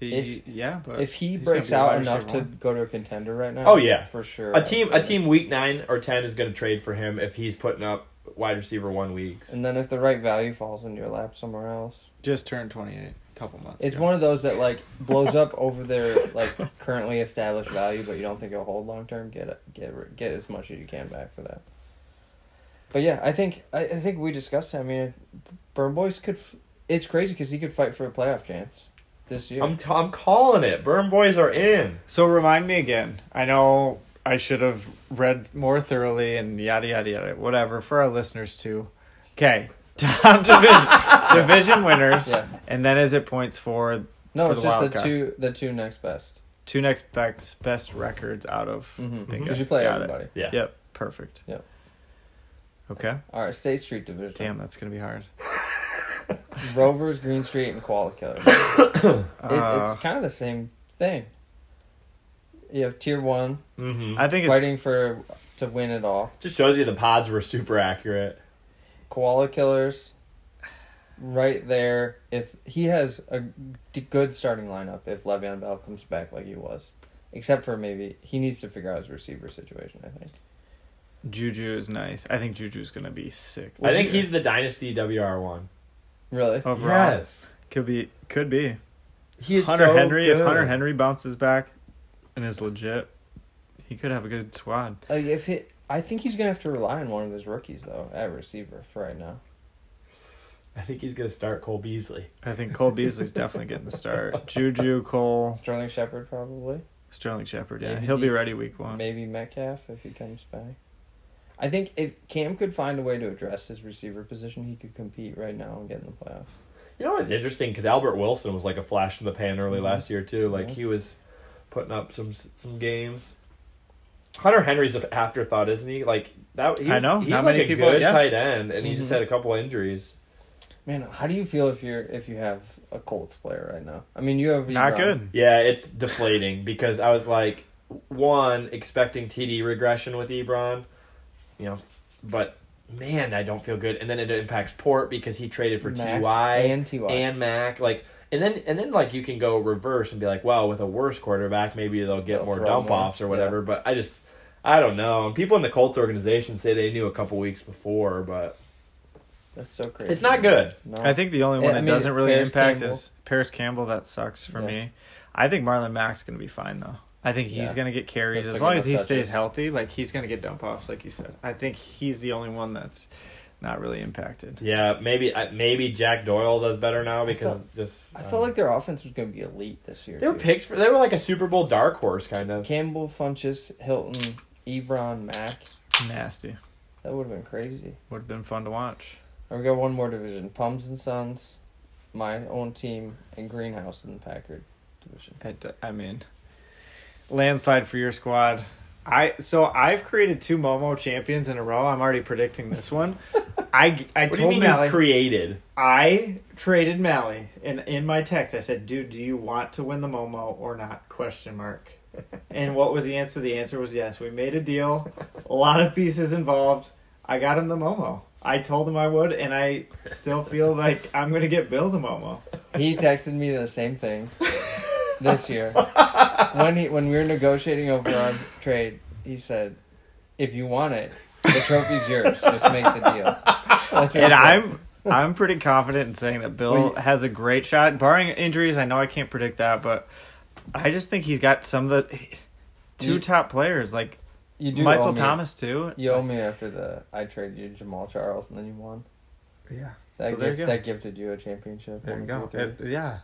Speaker 2: He, yeah, but
Speaker 4: If he
Speaker 2: uh, he's gonna
Speaker 4: breaks
Speaker 2: be a wide
Speaker 4: out enough
Speaker 2: receiver
Speaker 4: to
Speaker 2: one.
Speaker 4: go to a contender right now,
Speaker 3: Oh, yeah.
Speaker 4: for sure. I
Speaker 3: A
Speaker 4: would
Speaker 3: team a
Speaker 4: trade him.
Speaker 3: team week nine or ten is going to trade for him if he's putting up wide receiver one weeks.
Speaker 4: And then if the right value falls into your lap somewhere else,
Speaker 2: just turned 28 a couple months
Speaker 4: it's
Speaker 2: ago.
Speaker 4: one of those that like blows up over their like currently established value, but you don't think it'll hold long term. Get it, get it- get as much as you can back for that. But yeah, I think I, I think we discussed. It. I mean, Burn Boys could. f- It's crazy because he could fight for a playoff chance this year.
Speaker 3: I'm, t- I'm calling it. Burn boys are in.
Speaker 2: So remind me again. I know I should have read more thoroughly and yada yada yada. Whatever for our listeners too. Okay, top division division winners,
Speaker 4: Yeah.
Speaker 2: and then is it points for
Speaker 4: no,
Speaker 2: for
Speaker 4: it's
Speaker 2: the
Speaker 4: just
Speaker 2: wild
Speaker 4: the
Speaker 2: card.
Speaker 4: two the two next best.
Speaker 2: two next best best records out of?
Speaker 4: Mhm.
Speaker 2: Bingo.
Speaker 4: Because you play
Speaker 2: Got it.
Speaker 4: everybody.
Speaker 3: Yeah.
Speaker 2: Yep, perfect.
Speaker 4: Yep.
Speaker 2: Okay.
Speaker 4: All right, State Street Division.
Speaker 2: Damn, that's gonna be hard.
Speaker 4: Rovers, Green Street, and Koala Killer. it,
Speaker 2: Uh,
Speaker 4: it's kind of the same thing. You have tier one
Speaker 3: Mm-hmm.
Speaker 2: I think it's
Speaker 4: fighting for to win it all.
Speaker 3: Just shows you the pods were super accurate.
Speaker 4: Koala killers, right there. If he has a d- good starting lineup, if Le'Veon Bell comes back like he was, except for maybe he needs to figure out his receiver situation. I think.
Speaker 2: Juju is nice. I think Juju's gonna be sixth.
Speaker 3: I
Speaker 2: this
Speaker 3: think
Speaker 2: year.
Speaker 3: he's the dynasty WR one.
Speaker 4: Really,
Speaker 2: overall could be could be.
Speaker 3: he is
Speaker 2: Hunter
Speaker 3: so
Speaker 2: Henry, if
Speaker 3: good.
Speaker 2: Hunter Henry bounces back and is legit, he could have a good squad.
Speaker 4: like if he, I think he's gonna have to rely on one of his rookies though at receiver for right now.
Speaker 3: I think he's gonna start Cole Beasley.
Speaker 2: I think Cole Beasley's definitely getting the start. Juju, Cole,
Speaker 4: Sterling Shepard probably,
Speaker 2: Sterling Shepard, yeah.
Speaker 4: Maybe
Speaker 2: He'll be
Speaker 4: he-
Speaker 2: ready week one.
Speaker 4: maybe Metcalf if he comes back. I think if Cam could find a way to address his receiver position, he could compete right now and get in the playoffs.
Speaker 3: You know what's interesting? Because Albert Wilson was like a flash in the pan early last year too. Like
Speaker 4: Yeah.
Speaker 3: he was putting up some some games. Hunter Henry's an afterthought, isn't he? Like that. He
Speaker 2: I
Speaker 3: was-
Speaker 2: know.
Speaker 3: He's
Speaker 2: Not
Speaker 3: like
Speaker 2: many
Speaker 3: a
Speaker 2: people-
Speaker 3: good
Speaker 2: yeah.
Speaker 3: tight end, and he just
Speaker 4: Mhm.
Speaker 3: had a couple injuries.
Speaker 4: Man, how do you feel if you're if you have a Colts player right now? I mean, you have
Speaker 2: Not
Speaker 4: Ebron.
Speaker 2: good.
Speaker 3: Yeah, it's deflating because I was like, one expecting TD regression with Ebron, you know, but man, I don't feel good. And then it impacts Port because he traded for
Speaker 4: Mac
Speaker 3: Ty
Speaker 4: and Ty.
Speaker 3: and Mac, like. And then, and then, like you can go reverse and be like, well, with a worse quarterback, maybe they'll get
Speaker 4: They'll
Speaker 3: more
Speaker 4: throw
Speaker 3: dump
Speaker 4: more.
Speaker 3: offs or whatever. But I just, I don't know. And people in the Colts organization say they knew a couple weeks before, but
Speaker 4: That's so crazy.
Speaker 3: it's not good.
Speaker 4: No.
Speaker 2: I think the only one
Speaker 4: I
Speaker 2: that
Speaker 4: mean,
Speaker 2: doesn't really
Speaker 4: Paris
Speaker 2: impact
Speaker 4: Campbell.
Speaker 2: is Paris Campbell. That sucks for
Speaker 4: Yeah.
Speaker 2: me. I think Marlon Mack's going to be fine, though. I think he's
Speaker 4: Yeah.
Speaker 2: gonna get carries
Speaker 4: That's
Speaker 2: as
Speaker 4: like
Speaker 2: long as he
Speaker 4: enough
Speaker 2: stays
Speaker 4: touches.
Speaker 2: healthy. Like he's gonna get dump offs, like you said. I think he's the only one that's not really impacted.
Speaker 3: Yeah, maybe I- maybe Jack Doyle does better now because
Speaker 4: felt-
Speaker 3: just
Speaker 4: I
Speaker 3: um,
Speaker 4: felt like their offense was going to be elite this year.
Speaker 3: they were
Speaker 4: too.
Speaker 3: picked for they were like a Super Bowl dark horse kind of.
Speaker 4: Campbell, Funches, Hilton, Ebron, Mack.
Speaker 2: Nasty.
Speaker 4: That would have been crazy.
Speaker 2: Would have been fun to watch.
Speaker 4: And we got one more division: Pums and Sons, my own team, and Greenhouse in the Packard division.
Speaker 2: I, d- I mean, landslide for your squad. I so I've created two Momo champions in a row. I'm already predicting this one. I I
Speaker 3: What do you
Speaker 2: told
Speaker 3: mean you
Speaker 2: Mally
Speaker 3: created?
Speaker 2: I traded Mally and in my text I said, "Dude, do you want to win the Momo or not?" Question mark. And what was the answer? The answer was yes. We made a deal. A lot of pieces involved. I got him the Momo. I told him I would, and I still feel like I'm gonna get Bill the Momo.
Speaker 4: He texted me the same thing this year when he when we were negotiating over our trade. He said, "If you want it, the trophy's yours. Just make the deal." That's what
Speaker 2: and
Speaker 4: he said.
Speaker 2: I'm I'm pretty confident in saying that Bill
Speaker 4: Well, you-
Speaker 2: has a great shot, barring injuries. I know I can't predict that, but I just think he's got some of the two
Speaker 4: You-
Speaker 2: top players like
Speaker 4: you do owe
Speaker 2: Michael
Speaker 4: me-
Speaker 2: Thomas too.
Speaker 4: You owe me after the I traded you Jamal Charles and then you won.
Speaker 2: Yeah,
Speaker 4: That,
Speaker 2: So there you
Speaker 4: gift,
Speaker 2: go.
Speaker 4: that gifted you a championship.
Speaker 2: there you
Speaker 4: one,
Speaker 2: go.
Speaker 4: two, three.
Speaker 2: It- yeah,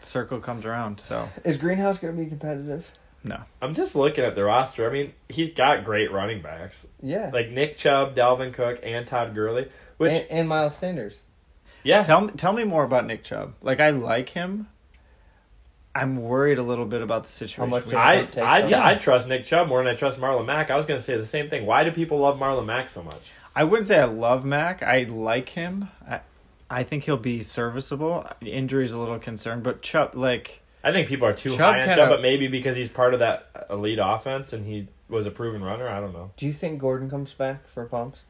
Speaker 2: circle comes around. So
Speaker 4: Is Greenhouse going to be competitive?
Speaker 2: no,
Speaker 3: I'm just looking at the roster. I mean, he's got great running backs
Speaker 4: Yeah.
Speaker 3: like Nick Chubb, Dalvin Cook, and Todd Gurley. Which
Speaker 4: and, and Miles Sanders.
Speaker 3: yeah,
Speaker 2: tell me tell me more about Nick Chubb. Like I like him. I'm worried a little bit about the situation.
Speaker 4: much
Speaker 2: we-
Speaker 4: is-
Speaker 3: I
Speaker 4: Just don't take
Speaker 3: I,
Speaker 4: Chubb.
Speaker 3: I trust Nick Chubb more than I trust Marlon Mack. I was gonna say the same thing. Why do people love Marlon Mack so much?
Speaker 2: I wouldn't say I love Mac. I like him. I, I think he'll be serviceable. Injury's a little concern, but Chubb, like,
Speaker 3: I think people are too
Speaker 2: Chubb
Speaker 3: high on
Speaker 2: kinda-
Speaker 3: Chubb, but maybe because he's part of that elite offense and he was a proven runner. I don't know.
Speaker 4: Do you think Gordon comes back for pumps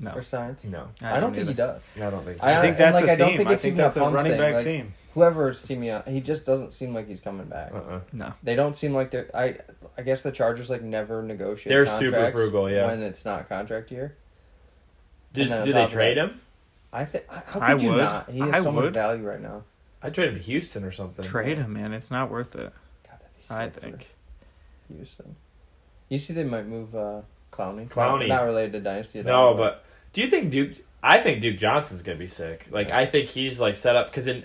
Speaker 2: no.
Speaker 4: or science?
Speaker 3: No,
Speaker 2: I
Speaker 4: I, don't
Speaker 2: don't
Speaker 4: think
Speaker 2: either.
Speaker 4: he does.
Speaker 3: I don't think so.
Speaker 2: I
Speaker 4: I-
Speaker 2: think
Speaker 4: and,
Speaker 2: that's
Speaker 4: like,
Speaker 2: a
Speaker 4: I don't
Speaker 2: theme.
Speaker 4: think
Speaker 2: I
Speaker 4: it's
Speaker 2: think
Speaker 4: even a
Speaker 2: that's a
Speaker 4: Pumps
Speaker 2: running
Speaker 4: thing,
Speaker 2: back
Speaker 4: like-
Speaker 2: theme.
Speaker 4: Whoever's teaming up, he just doesn't seem like he's coming back.
Speaker 3: Uh-uh.
Speaker 4: They don't seem like they're. I I guess the Chargers like never negotiate.
Speaker 3: They're super
Speaker 4: contracts
Speaker 3: frugal, yeah.
Speaker 4: When it's not contract year,
Speaker 3: Did,
Speaker 4: And then on
Speaker 3: do
Speaker 4: top
Speaker 3: they
Speaker 4: of
Speaker 3: trade
Speaker 4: that-
Speaker 3: him?
Speaker 4: I think. How could
Speaker 2: I
Speaker 4: you
Speaker 2: would.
Speaker 4: not? He has
Speaker 2: I
Speaker 4: so much
Speaker 2: would.
Speaker 4: value right now.
Speaker 3: I trade him to Houston or something.
Speaker 2: Trade him, man. It's not worth it.
Speaker 4: God, that'd be sick
Speaker 2: I
Speaker 4: for
Speaker 2: think.
Speaker 4: Houston. You see, they might move uh, Clowney.
Speaker 3: Clowney.
Speaker 4: not, not related to Dynasty. at
Speaker 3: No,
Speaker 4: all,
Speaker 3: but do you think Duke? I think Duke Johnson's gonna be sick. Like I think he's like set up because in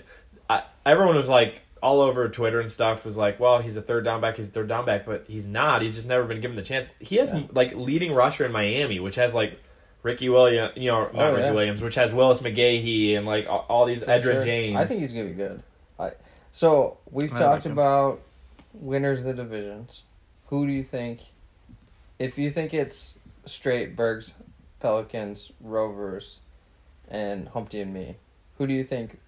Speaker 3: I, everyone was like all over Twitter and stuff was like, well, he's a third down back. He's a third down back, but he's not. He's just never been given the chance. He has
Speaker 4: Yeah.
Speaker 3: like leading rusher in Miami, which has like. Ricky Williams, you know, not
Speaker 4: Oh,
Speaker 3: Ricky
Speaker 4: yeah.
Speaker 3: Williams, which has Willis McGahee and like all, all these
Speaker 4: For
Speaker 3: Edrin
Speaker 4: sure.
Speaker 3: James.
Speaker 4: I think he's gonna be good. I, so we've
Speaker 2: I like
Speaker 4: talked
Speaker 2: him.
Speaker 4: about winners of the divisions. Who do you think? If you think it's straight Bergs, Pelicans, Rovers, and Humpty and me, who do you think?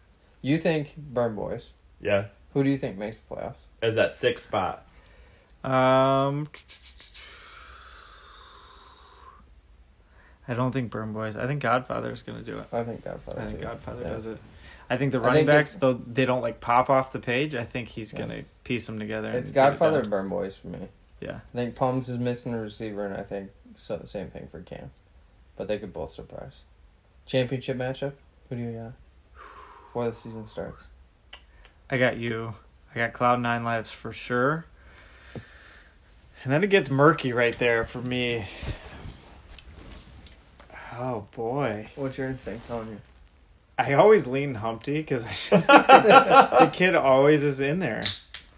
Speaker 4: You think Burn Boys?
Speaker 3: yeah,
Speaker 4: Who do you think makes the playoffs?
Speaker 3: as that sixth spot.
Speaker 2: Um, I don't think Burn Boys. I think Godfather is going to do it.
Speaker 4: I think Godfather.
Speaker 2: I think
Speaker 4: too.
Speaker 2: Godfather
Speaker 4: Yeah.
Speaker 2: does it. I think the
Speaker 4: I
Speaker 2: running
Speaker 4: think it-
Speaker 2: backs, though they don't like pop off the page, I think he's
Speaker 4: Yeah.
Speaker 2: going to piece them together. and
Speaker 4: It's
Speaker 2: get it
Speaker 4: Godfather and
Speaker 2: done.
Speaker 4: Burn Boys for me.
Speaker 2: Yeah.
Speaker 4: I think Palms is missing a receiver, and I think so, the same thing for Cam. But they could both surprise. Championship matchup? Who do you got? Before the season starts.
Speaker 2: I got you. I got Cloud Nine Lives for sure. And then it gets murky right there for me. Oh boy.
Speaker 4: What's your instinct telling you?
Speaker 2: I always lean Humpty because I just the kid always is in there.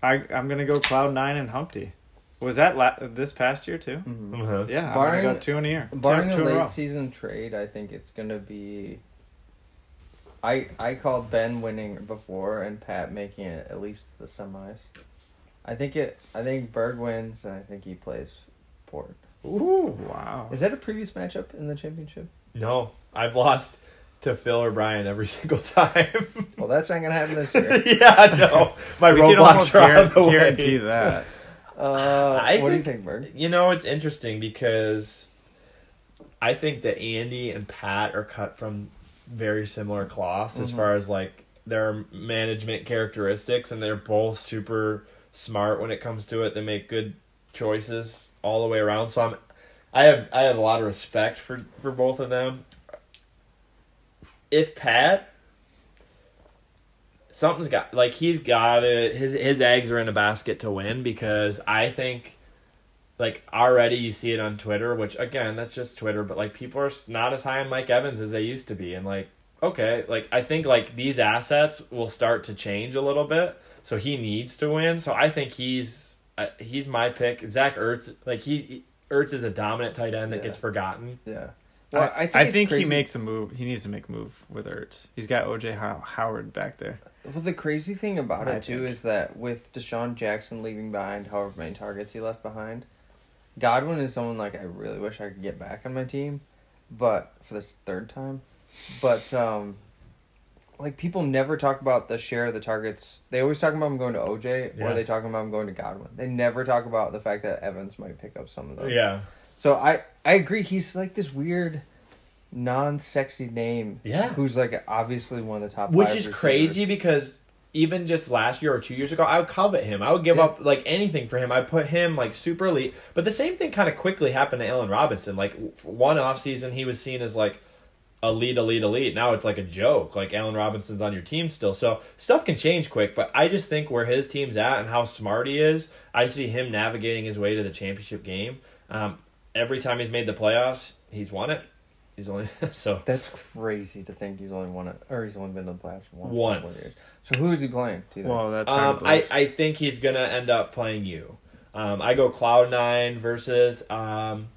Speaker 2: I I'm gonna go Cloud Nine and Humpty. Was that la- this past year too?
Speaker 4: Mm-hmm.
Speaker 3: Uh-huh.
Speaker 2: Yeah, I'm gonna
Speaker 4: Barring-
Speaker 2: go two in a year. Two,
Speaker 4: Barring
Speaker 2: two
Speaker 4: a
Speaker 2: in a row.
Speaker 4: late season trade, I think it's going to be. I I called Ben winning before and Pat making it at least to the semis. I think it. I think Berg wins and I think he plays Port.
Speaker 2: Ooh, wow.
Speaker 4: Is that a previous matchup in the championship?
Speaker 3: No, I've lost to Phil or Brian every single time.
Speaker 4: Well, that's not gonna happen this year.
Speaker 3: yeah, no. My
Speaker 2: We can almost
Speaker 3: Roblox are on
Speaker 2: guarantee,
Speaker 3: the
Speaker 2: guarantee
Speaker 3: way.
Speaker 2: that.
Speaker 4: Uh,
Speaker 3: I think-
Speaker 4: what do you think, Berg?
Speaker 3: You know, it's interesting because I think that Andy and Pat are cut from very similar cloths
Speaker 2: Mm-hmm.
Speaker 3: as far as like their management characteristics, and they're both super smart when it comes to it. They make good choices all the way around. So I'm, I have I have a lot of respect for for both of them. If Pat something's got like he's got it. His his eggs are in a basket to win because I think like already you see it on Twitter, which again that's just Twitter, but like people are s- not as high on Mike Evans as they used to be, and like okay, like I think like these assets will start to change a little bit, so he needs to win. So I think he's uh, he's my pick. Zach Ertz, like he- he. Ertz is a dominant tight end that
Speaker 4: Yeah.
Speaker 3: gets forgotten.
Speaker 4: Yeah.
Speaker 2: I, I think,
Speaker 4: it's
Speaker 2: he
Speaker 4: crazy-
Speaker 2: makes a move. He needs to make a move with Ertz. He's got OJ How- Howard back there.
Speaker 4: Well, the crazy thing about
Speaker 2: I
Speaker 4: it too
Speaker 2: think.
Speaker 4: is that with Deshaun Jackson leaving behind however many targets he left behind, Godwin is someone like I really wish I could get back on my team, but for this third time, but um, like people never talk about the share of the targets. They always talk about him going to OJ,
Speaker 3: Yeah.
Speaker 4: or they talk about him going to Godwin. They never talk about the fact that Evans might pick up some of those.
Speaker 3: Yeah.
Speaker 4: So I I agree. He's like this weird, non-sexy name.
Speaker 3: Yeah.
Speaker 4: Who's like obviously one of the top.
Speaker 3: which
Speaker 4: five
Speaker 3: is
Speaker 4: receivers.
Speaker 3: crazy because even just last year or two years ago, I would covet him. I would give
Speaker 4: Yeah.
Speaker 3: up like anything for him. I put him like super elite. But the same thing kind of quickly happened to Allen Robinson. Like w- one off season, he was seen as like elite, elite, elite. Now it's like a joke. Like Allen Robinson's on your team still, so stuff can change quick. But I just think where his team's at and how smart he is, I see him navigating his way to the championship game. Um, every time he's made the playoffs, he's won it. He's only so
Speaker 4: That's crazy to think he's only won it, or he's only been to the playoffs once. in
Speaker 3: Once.
Speaker 4: four years. So who is he playing? Do you think?
Speaker 2: Whoa, that's hard
Speaker 3: Um,
Speaker 2: to
Speaker 3: I,
Speaker 2: believe.
Speaker 3: I think he's gonna end up playing you. Um, I go Cloud Nine versus um,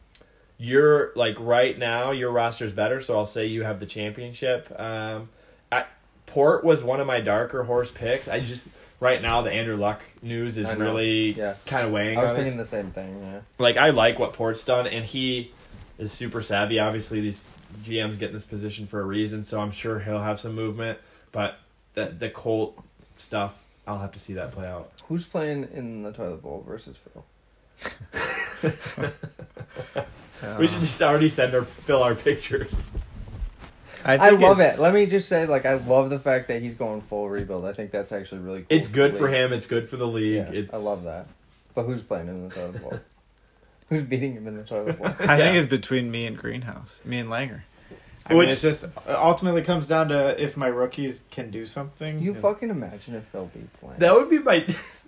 Speaker 3: your like right now your roster's better, so I'll say you have the championship. Um, I, Port was one of my darker horse picks. I just right now the Andrew Luck news is
Speaker 4: I know.
Speaker 3: really
Speaker 4: Yeah.
Speaker 3: kind of weighing
Speaker 4: I was
Speaker 3: on it
Speaker 4: thinking the same thing. Yeah.
Speaker 3: like I like what Port's done, and he is super savvy. Obviously, these GMs get in this position for a reason, so I'm sure he'll have some movement. But the the Colt stuff, I'll have to see that play out.
Speaker 4: Who's playing in the toilet bowl versus Phil?
Speaker 3: we should just already send our fill our pictures.
Speaker 4: I,
Speaker 2: think
Speaker 4: love
Speaker 2: it's-
Speaker 4: it. Let me just say, like, I love the fact that he's going full rebuild. I think that's actually really cool.
Speaker 3: It's good
Speaker 4: the
Speaker 3: for
Speaker 4: league.
Speaker 3: him. It's good for the league.
Speaker 4: Yeah,
Speaker 3: it's
Speaker 4: I love that. But who's playing him in the toilet bowl? who's beating him in the toilet bowl?
Speaker 2: I think
Speaker 3: Yeah.
Speaker 2: it's between me and Greenhouse, me and Langer. I
Speaker 3: Which-
Speaker 2: mean, it's just it ultimately comes down to if my rookies can do something.
Speaker 4: Can you
Speaker 2: Yeah.
Speaker 4: fucking imagine if Phil beats Lance?
Speaker 3: That would be my.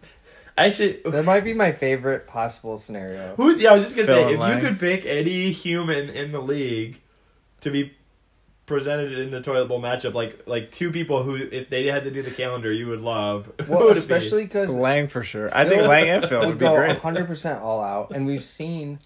Speaker 3: Actually,
Speaker 4: That might be my favorite possible scenario.
Speaker 3: who? Yeah, I was just gonna
Speaker 2: Fill in
Speaker 3: say if
Speaker 2: line.
Speaker 3: you could pick any human in the league to be presented in the toilet bowl matchup, like like two people who, if they had to do the calendar, you would love. who
Speaker 4: Well,
Speaker 3: would it be?
Speaker 4: especially because
Speaker 2: Lang for sure. I think Lang and Phil
Speaker 4: would
Speaker 2: would be
Speaker 4: go
Speaker 2: great.
Speaker 4: 100% all out and we've seen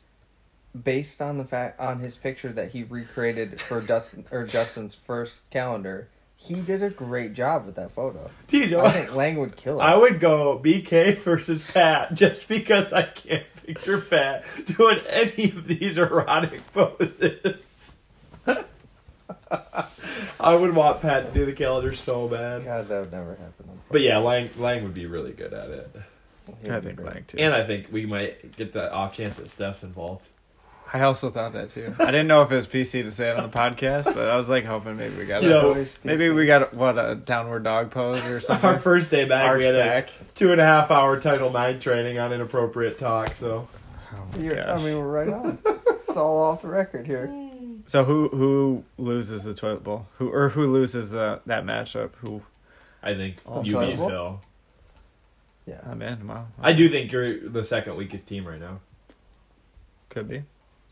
Speaker 4: based on the fact on his picture that he recreated for Dustin or Justin's first calendar he did a great job with that photo
Speaker 3: Do you know
Speaker 4: I
Speaker 3: what?
Speaker 4: think Lang would kill it
Speaker 3: I would go BK versus Pat just because I can't picture Pat doing any of these erotic poses. I would want Pat to do the calendar so bad.
Speaker 4: God that would never happen
Speaker 3: But yeah, Lang Lang would be really good at it.
Speaker 4: He would
Speaker 2: I
Speaker 4: be
Speaker 2: think
Speaker 4: great.
Speaker 2: Lang too.
Speaker 3: And I think we might get the off chance that Steph's involved.
Speaker 2: I also thought that too. I didn't know if it was PC to say it on the podcast, but I was like hoping maybe we got
Speaker 3: You
Speaker 2: a,
Speaker 3: know,
Speaker 4: Always
Speaker 2: maybe
Speaker 4: PC.
Speaker 2: we got what a downward dog pose or
Speaker 3: Our
Speaker 2: something.
Speaker 3: first day back,
Speaker 2: Arch
Speaker 3: we had
Speaker 2: back.
Speaker 3: a two and a half hour Title IX training on inappropriate talk. So
Speaker 2: Oh my
Speaker 4: You're- I
Speaker 2: gosh.
Speaker 4: mean we're right on it's all off the record here
Speaker 2: so who who loses the toilet bowl? Who or who loses the that matchup? Who
Speaker 3: I think
Speaker 2: All
Speaker 3: you beat
Speaker 4: terrible.
Speaker 3: Phil.
Speaker 4: yeah
Speaker 2: I'm in. Wow,
Speaker 3: I do think you're the second weakest team right now.
Speaker 2: could be.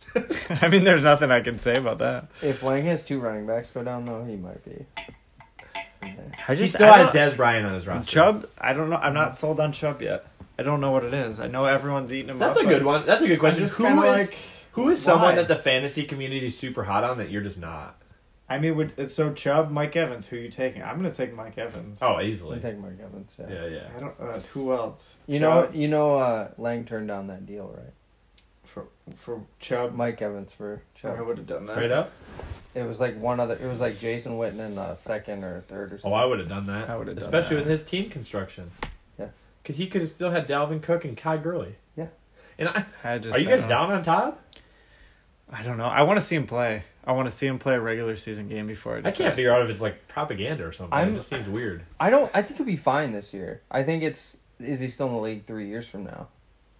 Speaker 2: I mean, there's nothing I can say about that.
Speaker 4: if Lang has two running backs go down though he might be in there.
Speaker 2: I
Speaker 3: he still has Des Bryant on his roster.
Speaker 2: Chubb. I don't know. I'm not sold on Chubb yet. I don't know what it is. I know everyone's eating him.
Speaker 3: That's
Speaker 2: up,
Speaker 3: a good one. That's a good question.
Speaker 2: just
Speaker 3: Who is
Speaker 2: kinda like,
Speaker 3: who is someone
Speaker 2: why?
Speaker 3: that the fantasy community is super hot on that you're just not?
Speaker 2: I mean, would, uh, so Chubb, Mike Evans. Who you taking? I'm gonna take Mike Evans.
Speaker 3: Oh,
Speaker 4: I'm
Speaker 3: easily.
Speaker 4: taking Mark Evans yeah,
Speaker 3: Yeah, yeah.
Speaker 2: I don't. Uh, who else?
Speaker 4: you know
Speaker 2: Chubb
Speaker 4: you know uh, Lang turned down that deal right
Speaker 2: for for Chubb.
Speaker 4: Mike Evans for Chubb.
Speaker 2: I would have done that.
Speaker 3: Straight up.
Speaker 4: It was like one other. It was like Jason Witten in uh, second or third or
Speaker 3: Oh,
Speaker 4: something.
Speaker 3: I would have done that.
Speaker 2: I would've done
Speaker 3: especially
Speaker 2: that.
Speaker 3: with his team construction.
Speaker 4: Yeah.
Speaker 3: Because he could have still had Dalvin Cook and Kai Gurley.
Speaker 4: Yeah.
Speaker 3: And I,
Speaker 2: I just,
Speaker 3: are you
Speaker 2: I
Speaker 3: guys
Speaker 2: don't-
Speaker 3: down on Todd?
Speaker 2: I don't know. I want to see him play. I want to see him play a regular season game before I
Speaker 3: I
Speaker 2: decide.
Speaker 3: can't figure out if it's like propaganda or something.
Speaker 4: I'm-
Speaker 3: it just seems weird.
Speaker 4: I don't. I think he'll be fine this year. I think it's. Is he still in the league three years from now?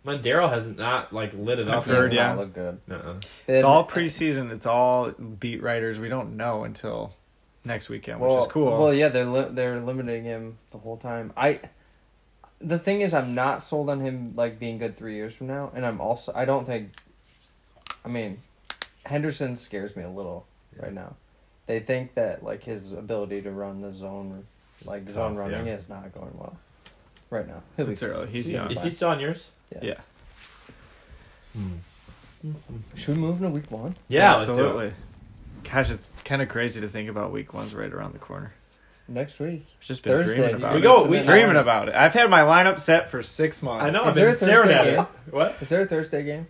Speaker 3: Mondaro has not like lit it
Speaker 2: I've
Speaker 3: up.
Speaker 4: He does
Speaker 2: heard,
Speaker 3: yet.
Speaker 4: not
Speaker 2: yeah.
Speaker 4: Look good.
Speaker 3: Nuh-uh.
Speaker 2: It's all preseason. It's all beat writers. We don't know until next weekend,
Speaker 4: well,
Speaker 2: which is cool.
Speaker 4: Well, yeah, they're li- they're limiting him the whole time. I, the thing is, I'm not sold on him like being good three years from now, and I'm also I don't think, I mean, Henderson scares me a little right now. They think that like his ability to run the zone, like
Speaker 3: It's
Speaker 4: zone
Speaker 3: tough,
Speaker 4: running,
Speaker 3: yeah.
Speaker 4: is not going well. Right now, He'll be
Speaker 2: it's early. He's
Speaker 4: Yeah.
Speaker 2: young.
Speaker 4: Is
Speaker 3: Is
Speaker 4: he
Speaker 3: he still on yours?
Speaker 2: Yeah.
Speaker 4: Should we move into week one?
Speaker 3: Yeah, let's do it.
Speaker 2: absolutely. Gosh, it's kind of crazy to think about week one's right around the corner.
Speaker 4: Next week.
Speaker 2: I've just been
Speaker 4: Thursday,
Speaker 2: dreaming
Speaker 4: you
Speaker 2: about
Speaker 4: can
Speaker 2: it.
Speaker 3: go-
Speaker 4: submit
Speaker 3: we-
Speaker 4: an
Speaker 2: dreaming
Speaker 4: hour.
Speaker 2: about it. I've had my lineup set for six months.
Speaker 3: I know.
Speaker 4: Is
Speaker 3: I've
Speaker 4: there a
Speaker 3: been staring at
Speaker 4: Thursday
Speaker 3: it. What?
Speaker 4: Is there a Thursday game?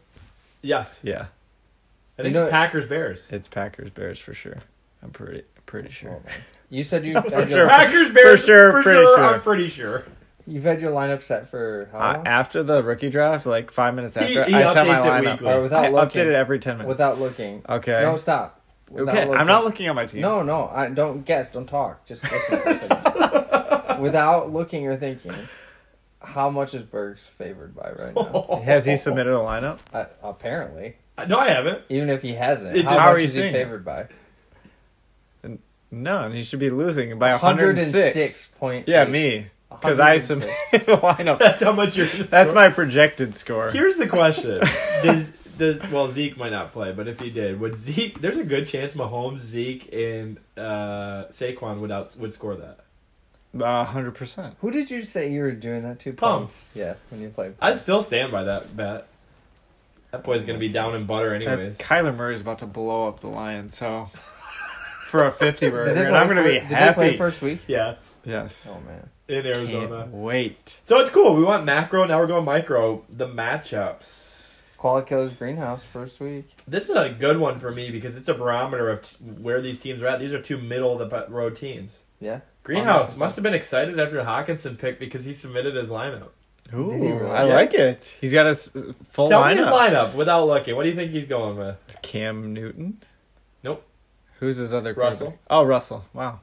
Speaker 3: Yes.
Speaker 2: Yeah,
Speaker 3: I
Speaker 4: You
Speaker 3: think
Speaker 4: know-
Speaker 3: it's Packers Bears.
Speaker 2: it's Packers Bears for sure. I'm pretty pretty sure.
Speaker 4: Oh, man. you said you
Speaker 2: For
Speaker 4: had your,
Speaker 2: sure.
Speaker 3: Packers Bears.
Speaker 2: sure, pretty sure.
Speaker 3: I'm pretty sure.
Speaker 4: you've had your lineup set for how
Speaker 2: I,
Speaker 4: long?
Speaker 2: after the rookie draft, like five minutes
Speaker 3: He-
Speaker 2: after,
Speaker 3: he
Speaker 2: I set my
Speaker 3: updates it
Speaker 2: lineup.
Speaker 3: weekly.
Speaker 4: All right, without
Speaker 2: I
Speaker 4: looking.
Speaker 2: update it every ten minutes.
Speaker 4: Without looking.
Speaker 2: okay.
Speaker 4: No, stop. Without
Speaker 2: okay. I'm
Speaker 4: looking.
Speaker 2: not looking at my team.
Speaker 4: No, no. I don't guess. Don't talk. Just listen. Without looking or thinking, how much is Berg's favored by right now?
Speaker 2: Has he submitted a lineup?
Speaker 4: uh, apparently,
Speaker 3: Uh, No, I haven't.
Speaker 4: even if he hasn't,
Speaker 3: It
Speaker 4: how
Speaker 3: just-
Speaker 2: How are
Speaker 4: much
Speaker 2: you
Speaker 4: is he
Speaker 2: seeing it?
Speaker 4: favored by?
Speaker 2: No, and he should be losing by 106.
Speaker 4: 106 point.
Speaker 2: Yeah, me. Because I
Speaker 4: 106.
Speaker 2: submitted the lineup.
Speaker 3: That's how much you're.
Speaker 2: That's my projected score.
Speaker 3: Here's the question: Does does well Zeke might not play, but if he did, would Zeke? There's a good chance Mahomes, Zeke, and uh, Saquon would out would score that.
Speaker 2: Uh, 100%.
Speaker 4: Who did you say you were doing that to?
Speaker 3: Pumps.
Speaker 4: Yeah, when you played.
Speaker 3: I still stand by that bet. That boy's gonna be down in butter
Speaker 2: That's
Speaker 3: anyways.
Speaker 2: Kyler Murray's about to blow up the Lions, so for a 50
Speaker 4: Did they
Speaker 2: burger, and I'm
Speaker 4: play
Speaker 2: going to be
Speaker 4: fir- Did they play
Speaker 2: happy.
Speaker 4: first week?
Speaker 3: yes,
Speaker 2: yes.
Speaker 4: Oh man.
Speaker 3: in Arizona.
Speaker 2: Can't wait.
Speaker 3: So it's cool. We want macro. Now we're going micro. The matchups.
Speaker 4: Koala Killers Greenhouse first week.
Speaker 3: This is a good one for me because it's a barometer of t- where these teams are at. These are two middle of the p- road teams.
Speaker 4: Yeah.
Speaker 3: Greenhouse
Speaker 4: 100%.
Speaker 3: must have been excited after the Hawkinson pick because he submitted his lineup.
Speaker 2: Ooh,
Speaker 4: Did he really?
Speaker 2: I like it. He's got a s- full
Speaker 3: Tell me his
Speaker 2: lineup.
Speaker 3: lineup without looking. What do you think he's going with?
Speaker 2: Cam Newton.
Speaker 3: Nope.
Speaker 2: Who's his other
Speaker 3: Russell.
Speaker 2: quarterback? Oh, Russell. Wow.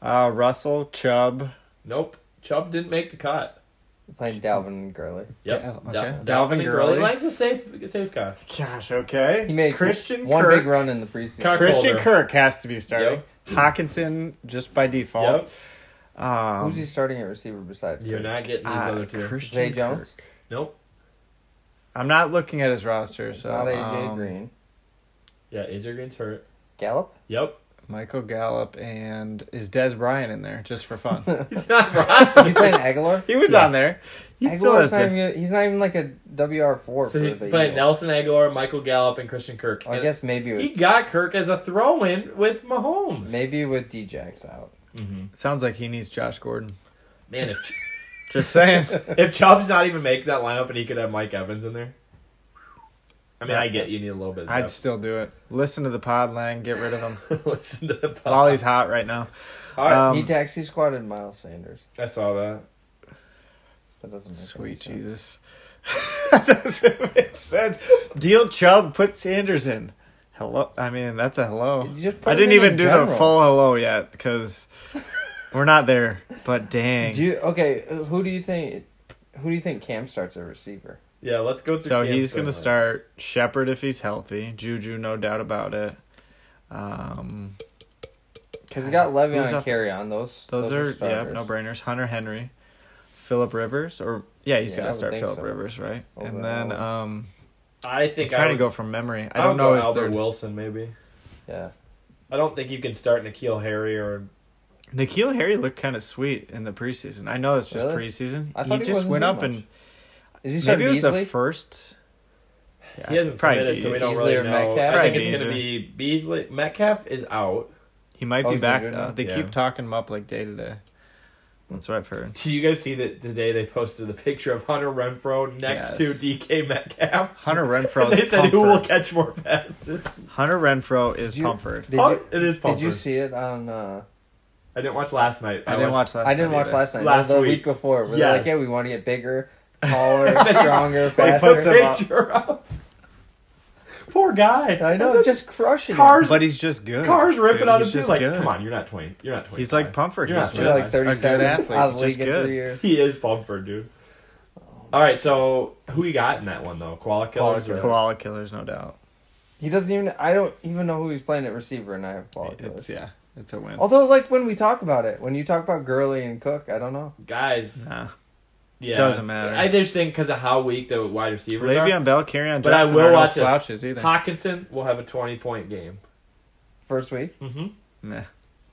Speaker 2: Uh, Russell, Chubb.
Speaker 3: Nope. Chubb didn't make the cut.
Speaker 4: Playing Dalvin and Gurley.
Speaker 3: Yep.
Speaker 2: Dal-
Speaker 3: Dal-
Speaker 2: okay. Dalvin
Speaker 3: Dalvin Gurley.
Speaker 2: Gurley.
Speaker 3: Lang's a safe, safe cut.
Speaker 2: Gosh, okay.
Speaker 4: He made
Speaker 2: Christian
Speaker 4: one
Speaker 2: Kirk.
Speaker 4: big run in the preseason.
Speaker 3: Kirk-
Speaker 2: Christian
Speaker 3: Holder.
Speaker 2: Kirk has to be starting.
Speaker 3: Yep.
Speaker 2: Hawkinson just by default.
Speaker 3: Yep.
Speaker 2: Um,
Speaker 4: Who's he starting at receiver besides?
Speaker 3: You're
Speaker 4: Kirk?
Speaker 3: not getting these
Speaker 2: ah,
Speaker 3: other two.
Speaker 2: Christian
Speaker 4: Zay Jones?
Speaker 2: Kirk.
Speaker 3: Nope.
Speaker 2: I'm not looking at his roster,
Speaker 4: It's
Speaker 2: so
Speaker 4: not AJ
Speaker 2: um,
Speaker 4: Green.
Speaker 3: Yeah, AJ Green's hurt.
Speaker 4: Gallup.
Speaker 3: Yep.
Speaker 2: Michael Gallup, and is Des Bryant in there just for fun?
Speaker 3: He's not
Speaker 4: Is he
Speaker 3: rostered.
Speaker 4: playing Aguilar?
Speaker 2: he was
Speaker 3: Yeah.
Speaker 2: on there. He still
Speaker 4: Aguilar's
Speaker 2: has
Speaker 4: not
Speaker 2: Des.
Speaker 4: even, he's not even like a WR four.
Speaker 3: so
Speaker 4: for
Speaker 3: he's
Speaker 4: the
Speaker 3: playing
Speaker 4: Eagles.
Speaker 3: Nelson Aguilar, Michael Gallup, and Christian Kirk.
Speaker 4: I
Speaker 3: And
Speaker 4: guess maybe
Speaker 3: he
Speaker 4: with,
Speaker 3: got Kirk as a throw-in with Mahomes.
Speaker 4: maybe with Djax out.
Speaker 3: Mhm.
Speaker 2: Sounds like he needs Josh Gordon.
Speaker 3: Man, if
Speaker 2: Just saying.
Speaker 3: if Chubb's not even making that lineup, and he could have Mike Evans in there. I mean, I get you need a little bit. Of
Speaker 2: I'd
Speaker 3: depth.
Speaker 2: still do it. Listen to the pod, Lang. Get rid of him
Speaker 3: listen to the pod.
Speaker 2: while he's hot right now.
Speaker 3: All right,
Speaker 2: Um,
Speaker 4: he taxi squatted Miles Sanders.
Speaker 3: I saw that.
Speaker 4: That doesn't make any
Speaker 2: Sweet
Speaker 4: sense.
Speaker 2: Jesus. that doesn't make sense. Deal Chubb, put Sanders in. Hello. I mean, that's a hello.
Speaker 4: You just put
Speaker 2: I
Speaker 4: him
Speaker 2: didn't
Speaker 4: in
Speaker 2: even
Speaker 4: in
Speaker 2: do the
Speaker 4: general.
Speaker 2: full hello yet because we're not there. But dang.
Speaker 4: Do you, okay, uh, who do you think? Who do you think Cam starts at receiver?
Speaker 3: Yeah, let's go. Through
Speaker 2: so
Speaker 3: Cam's
Speaker 2: he's going to
Speaker 3: lineups.
Speaker 2: start Shepard if he's healthy. Juju, no doubt about it. Um,
Speaker 4: Because he got Le'Veon
Speaker 2: Who's
Speaker 4: and
Speaker 2: off-
Speaker 4: carry on those.
Speaker 2: those, are, yeah,
Speaker 4: starters.
Speaker 2: no brainers. Hunter Henry, Philip Rivers, or yeah, he's
Speaker 4: Yeah,
Speaker 2: going
Speaker 4: I would
Speaker 2: to start
Speaker 4: think
Speaker 2: Philip
Speaker 4: so.
Speaker 2: Rivers, right? and
Speaker 4: Over
Speaker 2: then
Speaker 4: Allen.
Speaker 2: um,
Speaker 3: I
Speaker 2: I'm
Speaker 3: think I
Speaker 2: trying
Speaker 3: would,
Speaker 2: to go from memory. I
Speaker 3: I
Speaker 2: don't
Speaker 3: would go
Speaker 2: know his
Speaker 3: Albert
Speaker 2: third.
Speaker 3: Wilson maybe.
Speaker 4: Yeah,
Speaker 3: I don't think you can start Nikhil Harry or
Speaker 2: Nikhil Harry looked kind of sweet in the preseason. I know that's just
Speaker 4: Really?
Speaker 2: preseason.
Speaker 4: I
Speaker 2: he
Speaker 4: thought he
Speaker 2: just
Speaker 4: wasn't
Speaker 2: went
Speaker 4: doing
Speaker 2: up and
Speaker 4: much. is he
Speaker 2: maybe
Speaker 4: starting
Speaker 2: it was
Speaker 4: Beasley?
Speaker 2: the first. Yeah,
Speaker 3: he hasn't
Speaker 2: Uh, probably
Speaker 3: submitted, so we
Speaker 2: Beasley.
Speaker 3: don't
Speaker 4: Beasley
Speaker 3: really
Speaker 4: or
Speaker 3: know.
Speaker 4: Metcalf?
Speaker 3: I think
Speaker 2: Probably
Speaker 3: it's going to be Beasley. Metcalf is out.
Speaker 2: He might
Speaker 4: Oh,
Speaker 2: be
Speaker 4: he's
Speaker 2: back
Speaker 4: injured
Speaker 2: though.
Speaker 4: now?
Speaker 2: They
Speaker 3: Yeah.
Speaker 2: keep talking him up like day to day. That's what I've heard.
Speaker 3: Did you guys see that today? They posted the picture of Hunter Renfro next
Speaker 2: Yes.
Speaker 3: to DK Metcalf.
Speaker 2: Hunter Renfro.
Speaker 3: and
Speaker 2: is
Speaker 3: they said who will
Speaker 2: Pumford.
Speaker 3: catch more passes.
Speaker 2: Hunter Renfro is
Speaker 4: Did you-
Speaker 2: Pumford.
Speaker 4: Did
Speaker 3: Oh,
Speaker 4: you,
Speaker 3: it is
Speaker 4: Did you
Speaker 3: Pumper.
Speaker 4: see it on? Uh,
Speaker 3: I didn't watch last night.
Speaker 2: I didn't watch
Speaker 3: watched-
Speaker 2: last.
Speaker 4: I didn't
Speaker 2: night
Speaker 4: watch
Speaker 2: either.
Speaker 4: last night.
Speaker 3: Last
Speaker 4: the
Speaker 3: week.
Speaker 4: week before. Where They're like,
Speaker 3: Yes.
Speaker 4: yeah, we want to get bigger, taller, stronger, faster.
Speaker 2: puts
Speaker 3: Put
Speaker 2: him
Speaker 3: the
Speaker 2: up.
Speaker 3: picture up. Poor guy.
Speaker 4: I
Speaker 3: And
Speaker 4: know,
Speaker 3: the
Speaker 4: just crushing.
Speaker 3: Cars-
Speaker 4: it.
Speaker 2: But he's just good.
Speaker 3: Cars ripping
Speaker 2: dude.
Speaker 3: on
Speaker 2: He's
Speaker 3: him too.
Speaker 2: just
Speaker 3: Like,
Speaker 2: good.
Speaker 3: come on, you're not twenty. You're not twenty.
Speaker 2: He's like Pumford.
Speaker 3: You're
Speaker 2: He's
Speaker 3: not
Speaker 2: just
Speaker 4: They're like
Speaker 2: a good
Speaker 4: thirty-seven out
Speaker 2: athlete.
Speaker 4: of
Speaker 2: He's
Speaker 4: the league
Speaker 2: just
Speaker 4: in three
Speaker 2: good.
Speaker 4: years.
Speaker 3: He is Pumford, dude. All right, so who you got in that one though? Koala killers. or-
Speaker 2: Koala killers, no doubt.
Speaker 4: He doesn't even. I don't even know who he's playing at receiver, and I apologize.
Speaker 2: It's yeah. It's a win.
Speaker 4: Although, like when we talk about it, when you talk about Gurley and Cook, I don't know.
Speaker 3: Guys,
Speaker 2: Nah.
Speaker 3: yeah,
Speaker 2: doesn't matter.
Speaker 3: I just think because of how weak the wide receivers
Speaker 2: Le'Veon Bell, Carry on
Speaker 3: But I
Speaker 2: Johnson
Speaker 3: will
Speaker 2: are no
Speaker 3: watch this.
Speaker 2: slouches
Speaker 3: are.
Speaker 2: either.
Speaker 3: Hawkinson will have a twenty-point game.
Speaker 4: First week,
Speaker 3: Mm-hmm.
Speaker 2: Meh.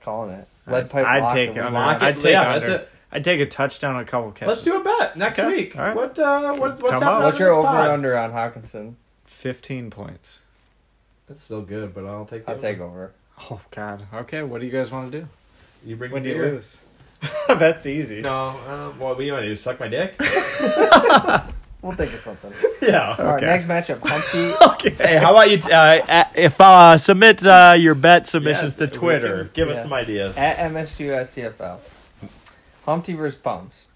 Speaker 4: calling it.
Speaker 2: I'd,
Speaker 4: Lead pipe.
Speaker 2: I'd
Speaker 4: lock
Speaker 2: take
Speaker 4: of
Speaker 2: it
Speaker 4: the
Speaker 2: under.
Speaker 4: week.
Speaker 3: Lock it.
Speaker 2: I'd take
Speaker 3: Yeah,
Speaker 2: under.
Speaker 3: that's it.
Speaker 2: I'd take a touchdown, and a couple catches.
Speaker 3: Let's do a bet next
Speaker 2: Okay,
Speaker 3: week.
Speaker 2: all right.
Speaker 3: What? Uh, what what's
Speaker 2: Come
Speaker 3: happening?
Speaker 2: on.
Speaker 4: What's your
Speaker 3: on
Speaker 4: over
Speaker 3: this pod?
Speaker 4: under on Hawkinson?
Speaker 2: Fifteen points.
Speaker 3: That's still good, but I'll take.
Speaker 4: I'll
Speaker 3: that
Speaker 4: take
Speaker 3: one.
Speaker 4: over.
Speaker 2: Oh God. Okay. What do you guys want to do?
Speaker 3: You bring
Speaker 2: When do you
Speaker 3: beer.
Speaker 2: lose? That's easy.
Speaker 3: No. Um, well, what do you want to do? Suck my dick?
Speaker 4: We'll think of something.
Speaker 3: yeah.
Speaker 4: All right,
Speaker 2: Okay.
Speaker 4: next matchup, Humpty.
Speaker 6: Hey, how about you? Uh, if uh, submit uh, your bet submissions
Speaker 3: Yeah,
Speaker 6: to Twitter,
Speaker 3: we can Give us
Speaker 4: Yeah.
Speaker 3: some ideas.
Speaker 4: At MSU SCFL. Humpty versus Pumps.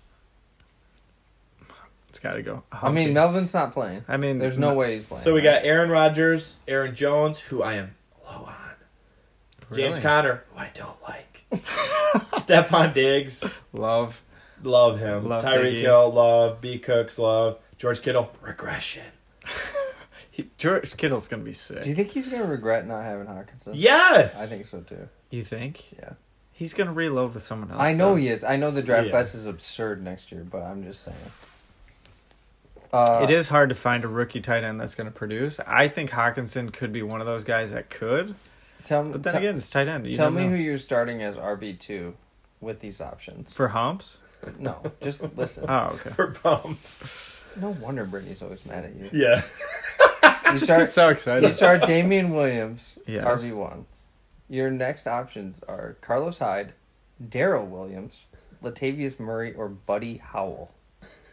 Speaker 2: It's got to go.
Speaker 4: I mean, Melvin's not playing.
Speaker 2: I mean,
Speaker 4: There's no way he's playing.
Speaker 3: So we
Speaker 4: right?
Speaker 3: got Aaron Rodgers, Aaron Jones, who I am low on. James
Speaker 2: Really?
Speaker 3: Conner, who I don't like. Stephon Diggs,
Speaker 2: love.
Speaker 3: love him.
Speaker 2: Love
Speaker 3: Tyreek
Speaker 2: Diggs.
Speaker 3: Hill, love. B. Cooks, love. George Kittle, regression.
Speaker 2: He, George Kittle's gonna be
Speaker 4: Do
Speaker 2: sick.
Speaker 4: you think he's gonna regret not having Hawkinson?
Speaker 3: Yes!
Speaker 4: I think so too.
Speaker 2: You think?
Speaker 4: Yeah.
Speaker 2: He's gonna reload with someone else.
Speaker 4: I know
Speaker 2: though.
Speaker 4: he is. I know the draft
Speaker 3: Yeah.
Speaker 4: class is absurd next year, but I'm just saying. Uh,
Speaker 2: It is hard to find a rookie tight end that's going to produce. I think Hawkinson could be one of those guys that could,
Speaker 4: Tell,
Speaker 2: but then
Speaker 4: tell-
Speaker 2: again, it's tight end. You
Speaker 4: tell
Speaker 2: don't
Speaker 4: me
Speaker 2: know.
Speaker 4: who you're starting as RB two with these options.
Speaker 2: for humps.
Speaker 4: No, just listen.
Speaker 2: Oh, okay.
Speaker 3: For bumps.
Speaker 4: No wonder Brittany's always mad at you.
Speaker 3: Yeah.
Speaker 4: You
Speaker 2: Just
Speaker 4: start,
Speaker 2: get so
Speaker 4: you
Speaker 2: excited.
Speaker 4: start Damian Williams,
Speaker 2: Yes.
Speaker 4: RB one. Your next options are Carlos Hyde, Daryl Williams, Latavius Murray, or Buddy Howell.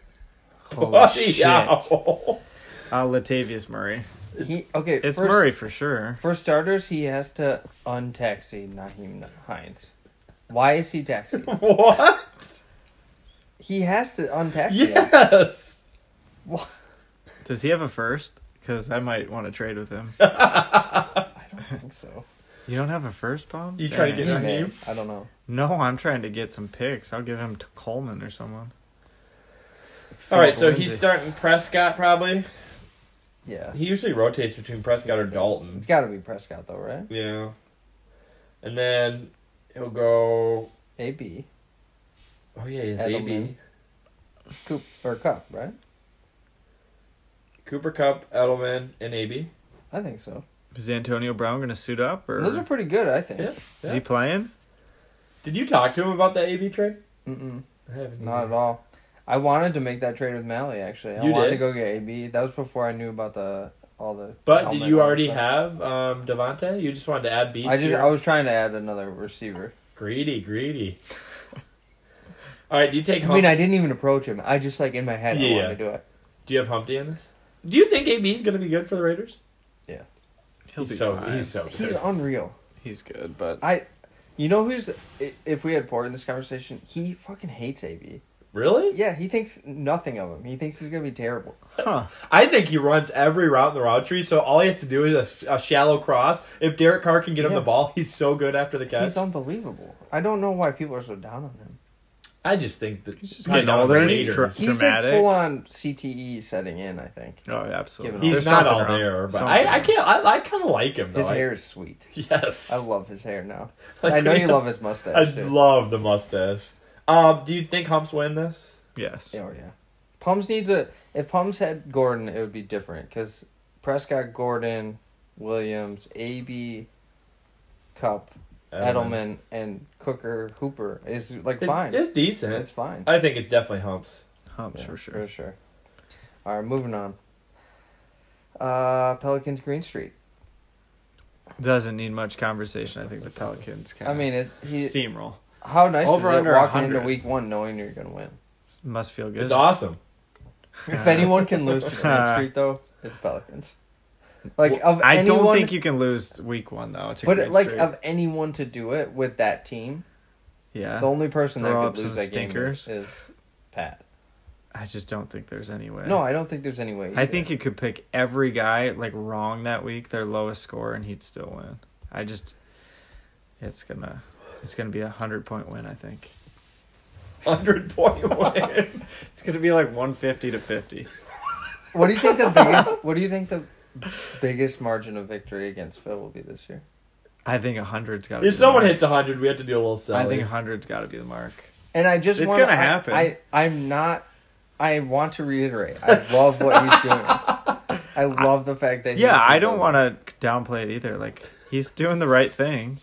Speaker 2: Holy shit. Uh,
Speaker 3: Ow.
Speaker 2: Ah, Latavius Murray.
Speaker 4: He okay.
Speaker 2: It's
Speaker 4: first-
Speaker 2: Murray for sure.
Speaker 4: For starters, he has to untaxi Naheem Hines. Why is he taxied?
Speaker 3: What?
Speaker 4: he has to untaxi him.
Speaker 3: Yes!
Speaker 2: Does he have a first? Because I might want to trade with him.
Speaker 4: I think so.
Speaker 2: You don't have a first, Bob?
Speaker 3: You try to
Speaker 2: Dang.
Speaker 3: get-
Speaker 4: He may.
Speaker 3: Naheem?
Speaker 4: I don't know.
Speaker 2: No, I'm trying to get some picks. I'll give him to Coleman or someone.
Speaker 3: All right, so he's
Speaker 2: Lindsay.
Speaker 3: starting Prescott probably.
Speaker 4: Yeah.
Speaker 3: He usually rotates between Prescott or Dalton.
Speaker 4: It's got to be Prescott, though, right?
Speaker 3: Yeah. And then he'll go.
Speaker 4: AB.
Speaker 3: Oh, yeah, he's
Speaker 4: Edelman.
Speaker 3: AB.
Speaker 4: Coop, or Cup, right?
Speaker 3: Cooper Cup, Edelman, and AB.
Speaker 4: I think so.
Speaker 2: Is Antonio Brown going to suit up? or
Speaker 4: Those are pretty good, I think.
Speaker 3: Yeah.
Speaker 2: Is he playing?
Speaker 3: Did you talk to him about that AB trade?
Speaker 4: Mm-mm,
Speaker 3: I haven't.
Speaker 4: not at all. I wanted to make that trade with Mally, actually. I
Speaker 3: You
Speaker 4: wanted
Speaker 3: did?
Speaker 4: to go get AB. That was before I knew about the all the.
Speaker 3: But did
Speaker 4: helmet
Speaker 3: you
Speaker 4: and
Speaker 3: already
Speaker 4: stuff.
Speaker 3: have um, Devontae? You just wanted to add B.
Speaker 4: I
Speaker 3: to
Speaker 4: just
Speaker 3: your-
Speaker 4: I was trying to add another receiver.
Speaker 3: greedy, greedy. all right, do you take
Speaker 4: I mean,
Speaker 3: Humpty?
Speaker 4: I didn't even approach him. I just like in my head, I
Speaker 3: Yeah.
Speaker 4: wanted to do it.
Speaker 3: do you have Humpty in this? Do you think AB is going to be good for the Raiders?
Speaker 2: He'll
Speaker 3: he's
Speaker 2: be
Speaker 3: so
Speaker 2: fine.
Speaker 3: he's so good.
Speaker 4: He's unreal.
Speaker 2: He's good, but
Speaker 4: I, you know who's? i- If we had Port in this conversation, he fucking hates AB.
Speaker 3: really?
Speaker 4: Yeah, he thinks nothing of him. He thinks he's gonna be terrible.
Speaker 2: huh? Oh,
Speaker 3: I think he runs every route in the route tree. So all he has to do is a, a shallow cross. If Derek Carr can get him
Speaker 4: Yeah.
Speaker 3: the ball, he's so good after the catch.
Speaker 4: He's unbelievable. I don't know why people are so down on him.
Speaker 3: I just think that he's
Speaker 2: just getting older and he's tr-
Speaker 4: He's
Speaker 2: Dramatic.
Speaker 4: like full on CTE E setting in. I think
Speaker 2: Oh, absolutely.
Speaker 4: He's
Speaker 2: There's
Speaker 3: not
Speaker 2: something
Speaker 3: all
Speaker 2: wrong.
Speaker 3: there, but
Speaker 2: Something
Speaker 3: I, I
Speaker 2: wrong.
Speaker 3: can't. I, I kind of like him. Though.
Speaker 4: his
Speaker 3: I-
Speaker 4: hair is sweet.
Speaker 3: Yes,
Speaker 4: I love his hair now.
Speaker 3: Like,
Speaker 4: I know
Speaker 3: yeah.
Speaker 4: you love his
Speaker 3: I
Speaker 4: mustache. too.
Speaker 3: love the mustache. Um, do you think Humps win this?
Speaker 2: Yes.
Speaker 4: Yeah, Oh yeah. Pums needs a. If Pums had Gordon, it would be different because Prescott, Gordon, Williams, AB, Cup, Edelman, and Cooker Hooper is like
Speaker 3: It's,
Speaker 4: fine.
Speaker 3: it's decent.
Speaker 4: It's fine.
Speaker 3: I think it's definitely Humps.
Speaker 2: Humps
Speaker 4: Yeah,
Speaker 2: for sure.
Speaker 4: All right, moving on. Uh, Pelicans Green Street.
Speaker 2: Doesn't need much conversation. I think the Pelicans can.
Speaker 4: I mean, it. He,
Speaker 2: steamroll
Speaker 4: how nice
Speaker 2: Over
Speaker 4: is it
Speaker 2: under
Speaker 4: walking into
Speaker 2: 100.
Speaker 4: week one knowing you're gonna win?
Speaker 2: must feel good.
Speaker 3: It's awesome.
Speaker 2: Uh,
Speaker 4: If anyone can lose to Green Street though, it's Pelicans. Like
Speaker 2: Well,
Speaker 4: of
Speaker 2: I don't
Speaker 4: anyone-
Speaker 2: think you can lose week one though. To
Speaker 4: But
Speaker 2: Green
Speaker 4: like
Speaker 2: Street.
Speaker 4: of anyone to do it with that team,
Speaker 2: yeah,
Speaker 4: the only person
Speaker 2: Throw
Speaker 4: that
Speaker 2: up
Speaker 4: could lose
Speaker 2: some
Speaker 4: that
Speaker 2: stinkers.
Speaker 4: game is Pat.
Speaker 2: I just don't think there's any way.
Speaker 4: No, I don't think there's any way.
Speaker 2: I
Speaker 4: either.
Speaker 2: think you could pick every guy like wrong that week, their lowest score, and he'd still win. I just, it's gonna, it's gonna be a hundred point win. I think
Speaker 3: Hundred point win.
Speaker 2: it's gonna be like one fifty to fifty.
Speaker 4: What do you think the biggest? What do you think the biggest margin of victory against Phil will be this year?
Speaker 2: I think hundred's got.
Speaker 3: If someone hits 100, we have to do a little sell.
Speaker 2: I think hundred's got to be the mark.
Speaker 4: And I just
Speaker 2: It's
Speaker 4: wanna-
Speaker 2: gonna
Speaker 4: I-
Speaker 2: happen.
Speaker 4: I, I'm not. I want to reiterate. I love what he's doing. I love the fact that.
Speaker 2: Yeah, I don't want to downplay it either. Like he's doing the right thing,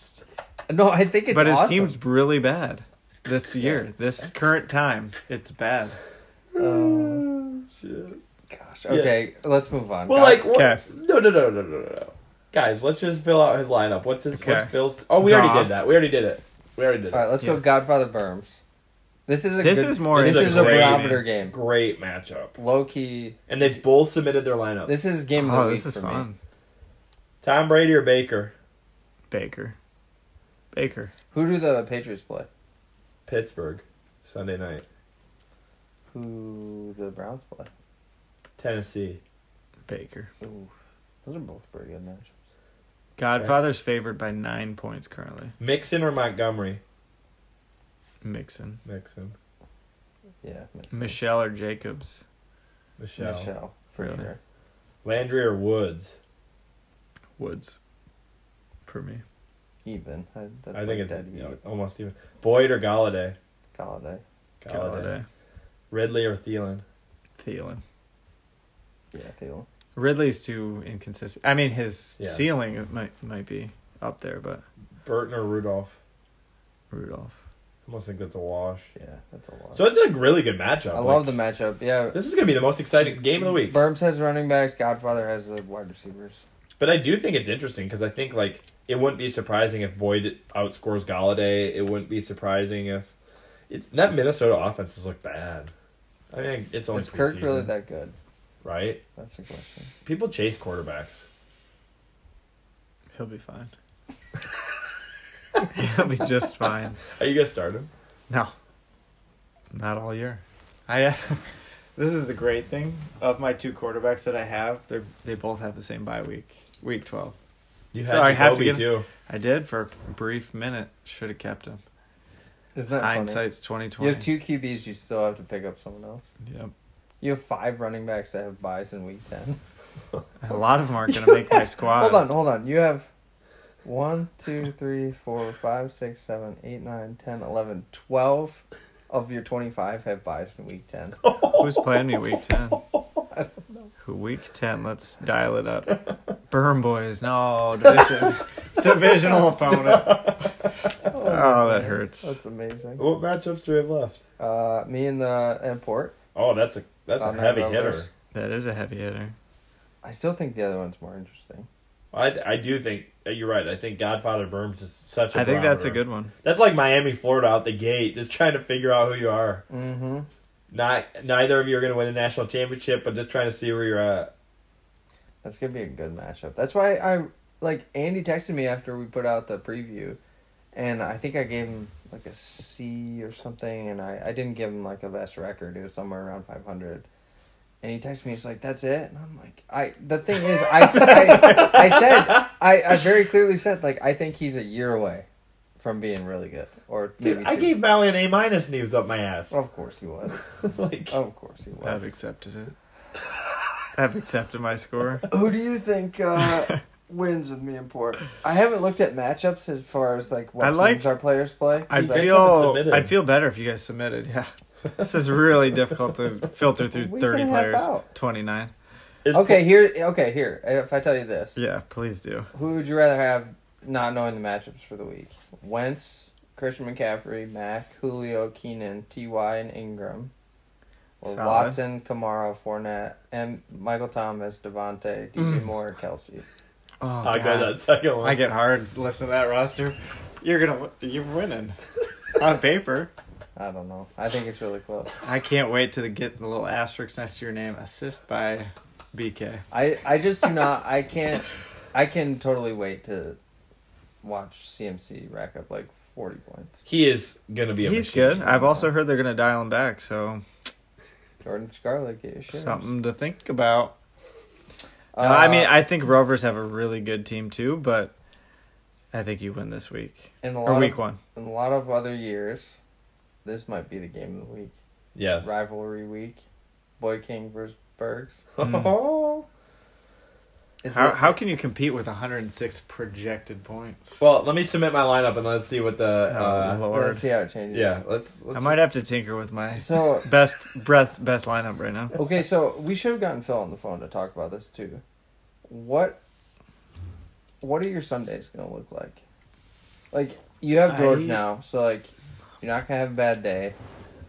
Speaker 4: to. No, I think it's.
Speaker 2: but his
Speaker 4: awesome.
Speaker 2: team's really bad this year. This current time, it's bad.
Speaker 4: Gosh, okay, let's move on.
Speaker 3: Well,
Speaker 4: God,
Speaker 3: like, what?
Speaker 2: Okay.
Speaker 3: No, no, no, no, no, no, no. Guys, let's just fill out his lineup. What's his,
Speaker 2: Okay.
Speaker 3: what's Phil's? Oh, we already
Speaker 2: Goff.
Speaker 3: did that. We already did it. We already did
Speaker 4: all right,
Speaker 3: it.
Speaker 4: let's go.
Speaker 2: yeah.
Speaker 4: Godfather Berms. This is a.
Speaker 2: This
Speaker 4: good-
Speaker 2: is more
Speaker 4: This is a
Speaker 3: entertaining.
Speaker 4: barometer game.
Speaker 3: Great matchup.
Speaker 4: Low key.
Speaker 3: And they've both submitted their lineup.
Speaker 4: This is game of the
Speaker 2: Oh,
Speaker 4: week
Speaker 2: this is
Speaker 4: for
Speaker 2: fun.
Speaker 4: me.
Speaker 3: Tom Brady or Baker?
Speaker 2: Baker, Baker.
Speaker 4: Who do the Patriots play?
Speaker 3: Pittsburgh, Sunday night.
Speaker 4: Who do the Browns play?
Speaker 3: Tennessee.
Speaker 2: Baker.
Speaker 4: Ooh, those are both pretty good matchups.
Speaker 2: Godfather's favored by nine points currently.
Speaker 3: Mixon or Montgomery?
Speaker 2: Mixon,
Speaker 3: Mixon.
Speaker 4: Yeah, makes sense.
Speaker 2: Michelle or Jacobs.
Speaker 3: Michelle.
Speaker 4: Michelle, for
Speaker 2: Really?
Speaker 4: sure.
Speaker 3: Landry or Woods?
Speaker 2: Woods. For me,
Speaker 4: Even. I, that's
Speaker 3: I
Speaker 4: like
Speaker 3: think it's
Speaker 4: dead
Speaker 3: you
Speaker 4: even.
Speaker 3: know, almost even. Boyd or Galladay?
Speaker 4: Galladay.
Speaker 2: Galladay,
Speaker 3: Ridley or Thielen?
Speaker 2: Thielen.
Speaker 4: Yeah, Thielen.
Speaker 2: Ridley's too inconsistent. I mean, his
Speaker 3: Yeah.
Speaker 2: ceiling might might be up there, but
Speaker 3: Burton or Rudolph?
Speaker 2: Rudolph.
Speaker 3: I almost think that's a wash.
Speaker 4: Yeah, that's a lot.
Speaker 3: So it's a really good matchup.
Speaker 4: Uh, I
Speaker 3: Like,
Speaker 4: love the matchup. Yeah.
Speaker 3: This is gonna be the most exciting game of the week.
Speaker 4: Burms has running backs. Godfather has the wide receivers.
Speaker 3: But I do think it's interesting because I think like it wouldn't be surprising if Boyd outscores Galladay. It wouldn't be surprising if it's, that Minnesota offense has looked bad. I mean, it's only
Speaker 4: Is Kirk
Speaker 3: preseason,
Speaker 4: really that good?
Speaker 3: right?
Speaker 4: That's the question.
Speaker 3: People chase quarterbacks.
Speaker 2: He'll be fine. He'll be just fine.
Speaker 3: Are you gonna start him?
Speaker 2: No, not all year. I. uh, this is the great thing of my two quarterbacks that I have. They they both have the same bye week, week twelve.
Speaker 3: You
Speaker 2: So I have to get-
Speaker 3: Jacoby, too.
Speaker 2: I did for a brief minute. Should have kept him.
Speaker 4: Isn't that funny?
Speaker 2: Hindsight's twenty
Speaker 4: You
Speaker 2: twenty.
Speaker 4: have two QBs. You still have to pick up someone else.
Speaker 2: Yep.
Speaker 4: You have five running backs that have buys in week ten.
Speaker 2: A lot of them aren't going to make my squad.
Speaker 4: Hold on, hold on. You have one, two, three, four, five, six, seven, eight, nine, ten, eleven, twelve of your twenty-five have buys in week ten.
Speaker 2: Who's playing me week 10? Who Week 10. Let's dial it up. Burn boys. No, division. divisional opponent. Oh, that hurts.
Speaker 4: That's amazing.
Speaker 3: What matchups do we have left?
Speaker 4: Uh, me and the and Port.
Speaker 3: Oh, that's a that's
Speaker 4: Thunder
Speaker 3: a heavy
Speaker 4: Rovers.
Speaker 3: hitter.
Speaker 2: That is a heavy hitter.
Speaker 4: I still think the other one's more interesting.
Speaker 3: I I do think uh, you're right. I think Godfather Burns is such. a
Speaker 2: I think that's a
Speaker 3: barometer.
Speaker 2: good one.
Speaker 3: That's like Miami, Florida, out the gate, just trying to figure out who you are.
Speaker 4: Mm-hmm.
Speaker 3: Not neither of you are going to win a national championship, but just trying to see where you're at.
Speaker 4: That's gonna be a good matchup. That's why I like Andy texted me after we put out the preview, and I think I gave him like a C or something, and I I didn't give him like a best record. It was somewhere around five hundred. And he texted me. He's like, "That's it." And I'm like, "I." The thing is, I, I, I said, I, I very clearly said, like, I think he's a year away from being really good, or maybe
Speaker 3: Dude, I
Speaker 4: two. Oh.
Speaker 3: gave Mally an A minus and he was up my ass.
Speaker 4: Of course he was.
Speaker 3: like
Speaker 4: Of course he was.
Speaker 2: I've accepted it. I've accepted my score.
Speaker 4: Who do you think uh, wins with me and Port? I haven't looked at matchups as far as like what
Speaker 2: I like-
Speaker 4: teams our players play.
Speaker 2: I
Speaker 4: Is that-
Speaker 3: haven't
Speaker 2: feel
Speaker 3: submitted.
Speaker 2: I'd feel better if you guys submitted. Yeah. This is really difficult to filter through
Speaker 4: Week
Speaker 2: 30
Speaker 4: and a half
Speaker 2: players.
Speaker 4: out.
Speaker 2: 29.
Speaker 3: is-
Speaker 4: okay here. Okay here. If I tell you this,
Speaker 2: Yeah, please do.
Speaker 4: who would you rather have not knowing the matchups for the week? Wentz, Christian McCaffrey, Mac, Julio, Keenan, Ty, and Ingram. Or
Speaker 2: Solid.
Speaker 4: Watson, Kamara, Fournette, and Michael Thomas, Devontae, DJ
Speaker 2: Mm.
Speaker 4: Moore, Kelsey.
Speaker 2: Oh,
Speaker 3: I
Speaker 2: God.
Speaker 3: got that second one.
Speaker 2: I get hard listening to that roster. You're gonna you're winning on paper.
Speaker 4: I don't know. I think it's really close.
Speaker 2: I can't wait to get the little asterisk next to your name. Assist by BK.
Speaker 4: I I just do not. I can't. I can totally wait to watch CMC rack up like forty points.
Speaker 3: he is going to be. A
Speaker 2: He's
Speaker 3: machine.
Speaker 2: good. I've also heard they're gonna dial him back, so
Speaker 4: Jordan Scarlett get your shares.
Speaker 2: something to think about.
Speaker 4: Uh,
Speaker 2: No, I mean, I think Rovers have a really good team too, but I think you win this week
Speaker 4: in a lot
Speaker 2: or week
Speaker 4: of,
Speaker 2: one.
Speaker 4: In a lot of other years, this might be the game of the week.
Speaker 3: Yes.
Speaker 4: Rivalry week, Boy King versus Bergs.
Speaker 2: Mm.
Speaker 4: Is
Speaker 2: How,
Speaker 4: it-
Speaker 2: how can you compete with 106 projected points?
Speaker 7: Well, let me submit my lineup and let's see what the. Uh,
Speaker 2: Lord.
Speaker 4: Let's see how it changes.
Speaker 7: yeah, let's. let's
Speaker 2: I might have to tinker with my
Speaker 4: So
Speaker 2: best breath best lineup right now.
Speaker 4: okay, so we should have gotten Phil on the phone to talk about this too. What What are your Sundays gonna look like? Like you have George
Speaker 2: I-
Speaker 4: now, so like you're not gonna have a bad day.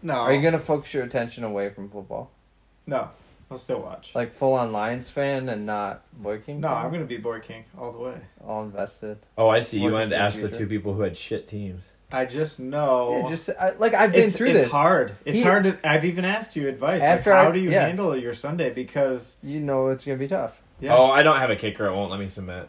Speaker 2: No,
Speaker 4: Are you gonna focus your attention away from football,
Speaker 2: No, I'll still watch.
Speaker 4: like full on Lions fan and not working?
Speaker 2: no, I'm gonna be board king all the way.
Speaker 4: all invested.
Speaker 7: Oh, I see. You
Speaker 4: Working
Speaker 7: wanted to
Speaker 4: for the
Speaker 7: ask the
Speaker 4: future.
Speaker 7: two people who had shit teams.
Speaker 2: I just know.
Speaker 4: Yeah, just I, like I've been
Speaker 2: Oh. it's,
Speaker 4: through
Speaker 2: it's
Speaker 4: this.
Speaker 2: hard. It's
Speaker 4: He-
Speaker 2: hard to. I've even asked you advice.
Speaker 4: After
Speaker 2: like, how
Speaker 4: I-
Speaker 2: do you
Speaker 4: yeah.
Speaker 2: handle your Sunday? Because
Speaker 4: You know it's gonna be tough.
Speaker 2: yeah,
Speaker 7: Oh, I don't have a kicker. It won't let me submit.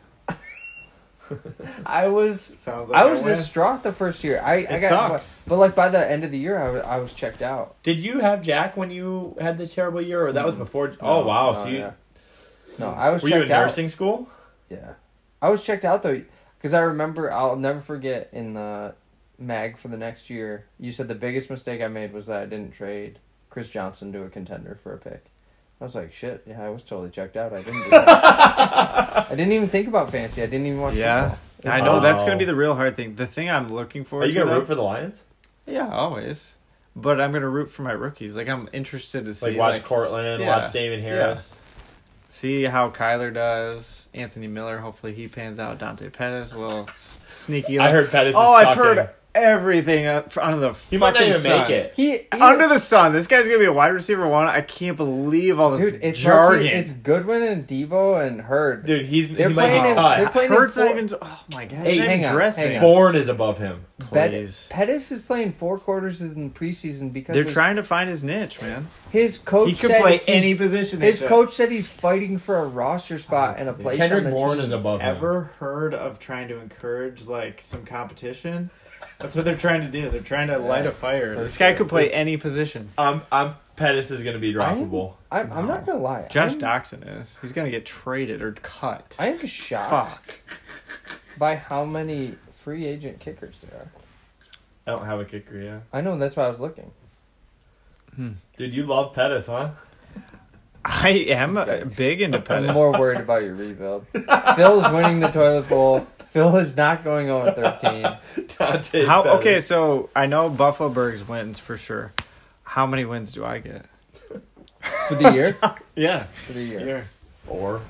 Speaker 4: I was
Speaker 2: sounds like
Speaker 4: I was
Speaker 2: win.
Speaker 4: distraught the first year. I, I
Speaker 2: It
Speaker 4: got
Speaker 2: sucks.
Speaker 4: but like by the end of the year, I was, I was checked out.
Speaker 7: Did you have Jack when you had the terrible year, or that was before? oh wow!
Speaker 4: No,
Speaker 7: so you
Speaker 4: yeah. no, I was
Speaker 7: were you
Speaker 4: checked
Speaker 7: in
Speaker 4: out.
Speaker 7: nursing school?
Speaker 4: Yeah, I was checked out though, because I remember I'll never forget in the mag for the next year. You said the biggest mistake I made was that I didn't trade Chris Johnson to a contender for a pick. I was like, shit, yeah, I was totally checked out. I didn't. Do that. I didn't even think about fantasy. I didn't even watch.
Speaker 2: Yeah,
Speaker 4: football.
Speaker 2: I know that's
Speaker 7: Wow.
Speaker 2: gonna be the real hard thing. The thing I'm looking forward
Speaker 7: Are you
Speaker 2: to.
Speaker 7: gonna
Speaker 2: though-
Speaker 7: root for the Lions?
Speaker 2: yeah, always. But I'm gonna root for my rookies. Like I'm interested to see
Speaker 7: Like watch
Speaker 2: like,
Speaker 7: Cortland,
Speaker 2: yeah.
Speaker 7: watch Damon
Speaker 2: Yeah.
Speaker 7: Harris.
Speaker 2: see how Kyler does. Anthony Miller, hopefully he pans out. Dante Pettis, a little s- sneaky.
Speaker 7: I heard Pettis.
Speaker 2: Oh,
Speaker 7: is
Speaker 2: I've
Speaker 7: sucking.
Speaker 2: heard everything uh, f- under the
Speaker 7: He
Speaker 2: fucking
Speaker 7: might not even
Speaker 2: sun.
Speaker 7: make it.
Speaker 4: He, he
Speaker 2: Under the sun, this guy's gonna be a wide receiver one. I can't believe all this
Speaker 4: dude, it's
Speaker 2: jargon.
Speaker 4: jargon. it's Goodwin and Debo and Hurd.
Speaker 7: Dude, he's
Speaker 4: They're
Speaker 7: he
Speaker 4: playing
Speaker 7: might
Speaker 4: in-
Speaker 7: get
Speaker 3: Uh,
Speaker 7: cut.
Speaker 4: they're playing in
Speaker 2: Hurts not
Speaker 4: four-
Speaker 2: even. Oh my god,
Speaker 4: Hey,
Speaker 2: he's not
Speaker 4: hang
Speaker 2: even
Speaker 4: on,
Speaker 2: dressing.
Speaker 4: hang on.
Speaker 7: Born is above him.
Speaker 4: Bet-
Speaker 2: Please.
Speaker 4: Pettis is playing four quarters in preseason because
Speaker 2: They're
Speaker 4: of-
Speaker 2: trying to find his niche, man.
Speaker 4: His coach
Speaker 2: He could
Speaker 4: said
Speaker 2: play
Speaker 4: he's-
Speaker 2: any position. they
Speaker 4: His
Speaker 2: said.
Speaker 4: coach said he's fighting for a roster spot and a place on
Speaker 7: Kendrick
Speaker 4: the
Speaker 7: Bourne
Speaker 4: team.
Speaker 7: is above him.
Speaker 2: Ever heard of trying to encourage like some competition? That's what they're trying to do. They're trying to light a fire. This guy could play any position.
Speaker 7: I'm I'm Pettis is gonna be droppable.
Speaker 4: I'm, I'm not gonna lie.
Speaker 2: Josh
Speaker 4: I'm,
Speaker 2: Doxson is. He's gonna get traded or cut.
Speaker 4: I am shocked
Speaker 2: Fuck.
Speaker 4: by how many free agent kickers there are.
Speaker 7: I don't have a kicker. Yeah,
Speaker 4: I know that's why I was looking.
Speaker 7: dude, you love Pettis, huh?
Speaker 2: I am uh, big into
Speaker 4: I'm
Speaker 2: Pettis.
Speaker 4: more worried about your rebuild. Phil's winning the toilet bowl. Phil is not going on 13.
Speaker 7: Dante
Speaker 2: How
Speaker 7: Pettis.
Speaker 2: okay? So I know Buffalo Bergs wins for sure. How many wins do I get?
Speaker 4: For the year?
Speaker 2: Yeah,
Speaker 4: For the year.
Speaker 2: You're-
Speaker 7: or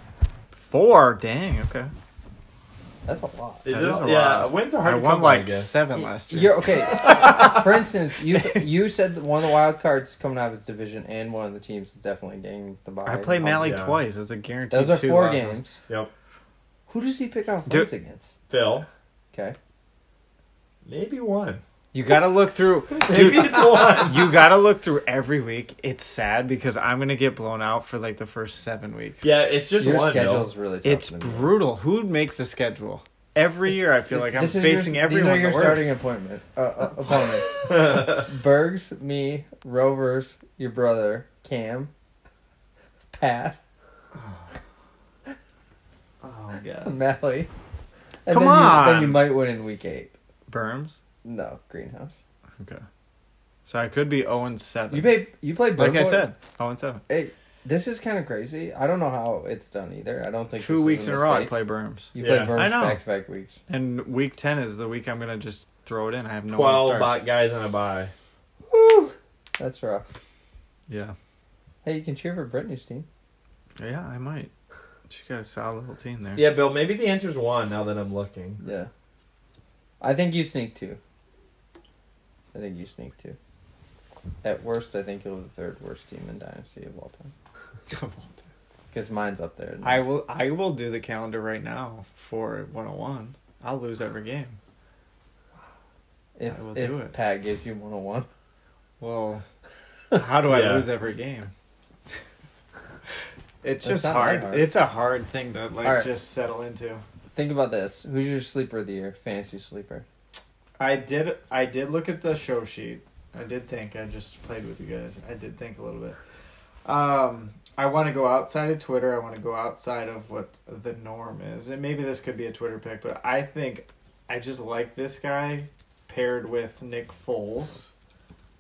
Speaker 2: four. Dang. Okay.
Speaker 4: That's a lot.
Speaker 7: is
Speaker 2: That
Speaker 7: this,
Speaker 2: is a
Speaker 7: yeah,
Speaker 2: lot.
Speaker 7: wins are hard
Speaker 2: I
Speaker 7: to
Speaker 2: won
Speaker 7: come by, I
Speaker 2: like
Speaker 7: guess.
Speaker 2: seven last year.
Speaker 4: You're okay. For instance, you you said that one of the wild cards coming out of his division and one of the teams is definitely getting the bye.
Speaker 2: I play Mally
Speaker 7: yeah.
Speaker 2: twice. It's a guaranteed.
Speaker 4: Those are
Speaker 2: two
Speaker 4: four
Speaker 2: losses.
Speaker 4: games.
Speaker 7: Yep.
Speaker 4: Who does he pick off
Speaker 2: Dude-
Speaker 4: wins against?
Speaker 7: Phil,
Speaker 4: Okay.
Speaker 7: maybe one.
Speaker 2: You gotta look through.
Speaker 7: Maybe it's one.
Speaker 2: You gotta look through every week. It's sad because I'm gonna get blown out for like the first seven weeks.
Speaker 7: Yeah, it's just
Speaker 4: Your
Speaker 7: one. Bill.
Speaker 4: schedule's really tough.
Speaker 2: It's
Speaker 4: to me.
Speaker 2: brutal. Who makes the schedule? Every year, I feel like I'm
Speaker 4: This is
Speaker 2: facing
Speaker 4: your,
Speaker 2: everyone.
Speaker 4: These are your
Speaker 2: the worst.
Speaker 4: starting appointment uh, uh, opponents. Bergs, me, Rovers, your brother, Cam, Pat,
Speaker 2: Oh god.
Speaker 4: Mally. And
Speaker 2: Come
Speaker 4: then You, then you
Speaker 2: on.
Speaker 4: might win in week eight.
Speaker 2: Berms.
Speaker 4: No, greenhouse.
Speaker 2: Okay. So I could be 0 and 7.
Speaker 4: You play. You play.
Speaker 2: like I
Speaker 4: Burkle-
Speaker 2: said, 0 and 7.
Speaker 4: Hey, this is kind of crazy. I don't know how it's done either. I don't think
Speaker 2: Two
Speaker 4: this
Speaker 2: weeks
Speaker 4: is
Speaker 2: in a row I
Speaker 4: mistake.
Speaker 2: play Berms.
Speaker 4: You
Speaker 7: Yeah.
Speaker 4: play Burns
Speaker 2: I know.
Speaker 4: back to back weeks.
Speaker 2: And week 10 is the week I'm going to just throw it in. I have no one to
Speaker 7: Twelve
Speaker 2: start.
Speaker 7: bot guys on a buy.
Speaker 4: Woo! That's rough.
Speaker 2: Yeah.
Speaker 4: Hey, you can cheer for Brittany's team.
Speaker 2: Yeah, I might. She got a solid little team there.
Speaker 7: Yeah, Bill. Maybe the answer's one. Now that I'm looking,
Speaker 4: Yeah. I think you sneak two. I think you sneak two. At worst, I think you'll be the third worst team in Dynasty of all time. Because mine's up there.
Speaker 2: I will I will do the calendar right now for 101. I'll lose every game.
Speaker 4: if,
Speaker 2: I will
Speaker 4: if
Speaker 2: do it.
Speaker 4: Pat gives you 101.
Speaker 2: Well, how do I
Speaker 7: Yeah.
Speaker 2: lose every game? It's
Speaker 4: That's
Speaker 2: just
Speaker 4: not that
Speaker 2: hard.
Speaker 4: hard.
Speaker 2: It's a hard thing to like
Speaker 4: All right.
Speaker 2: just settle into.
Speaker 4: Think about this. Who's your sleeper of the year? Fantasy sleeper.
Speaker 2: I did. I did look at the show sheet. I did think. I just played with you guys. I did think a little bit. Um, I want to go outside of Twitter. I want to go outside of what the norm is, and maybe this could be a Twitter pick, but I think I just like this guy paired with Nick Foles.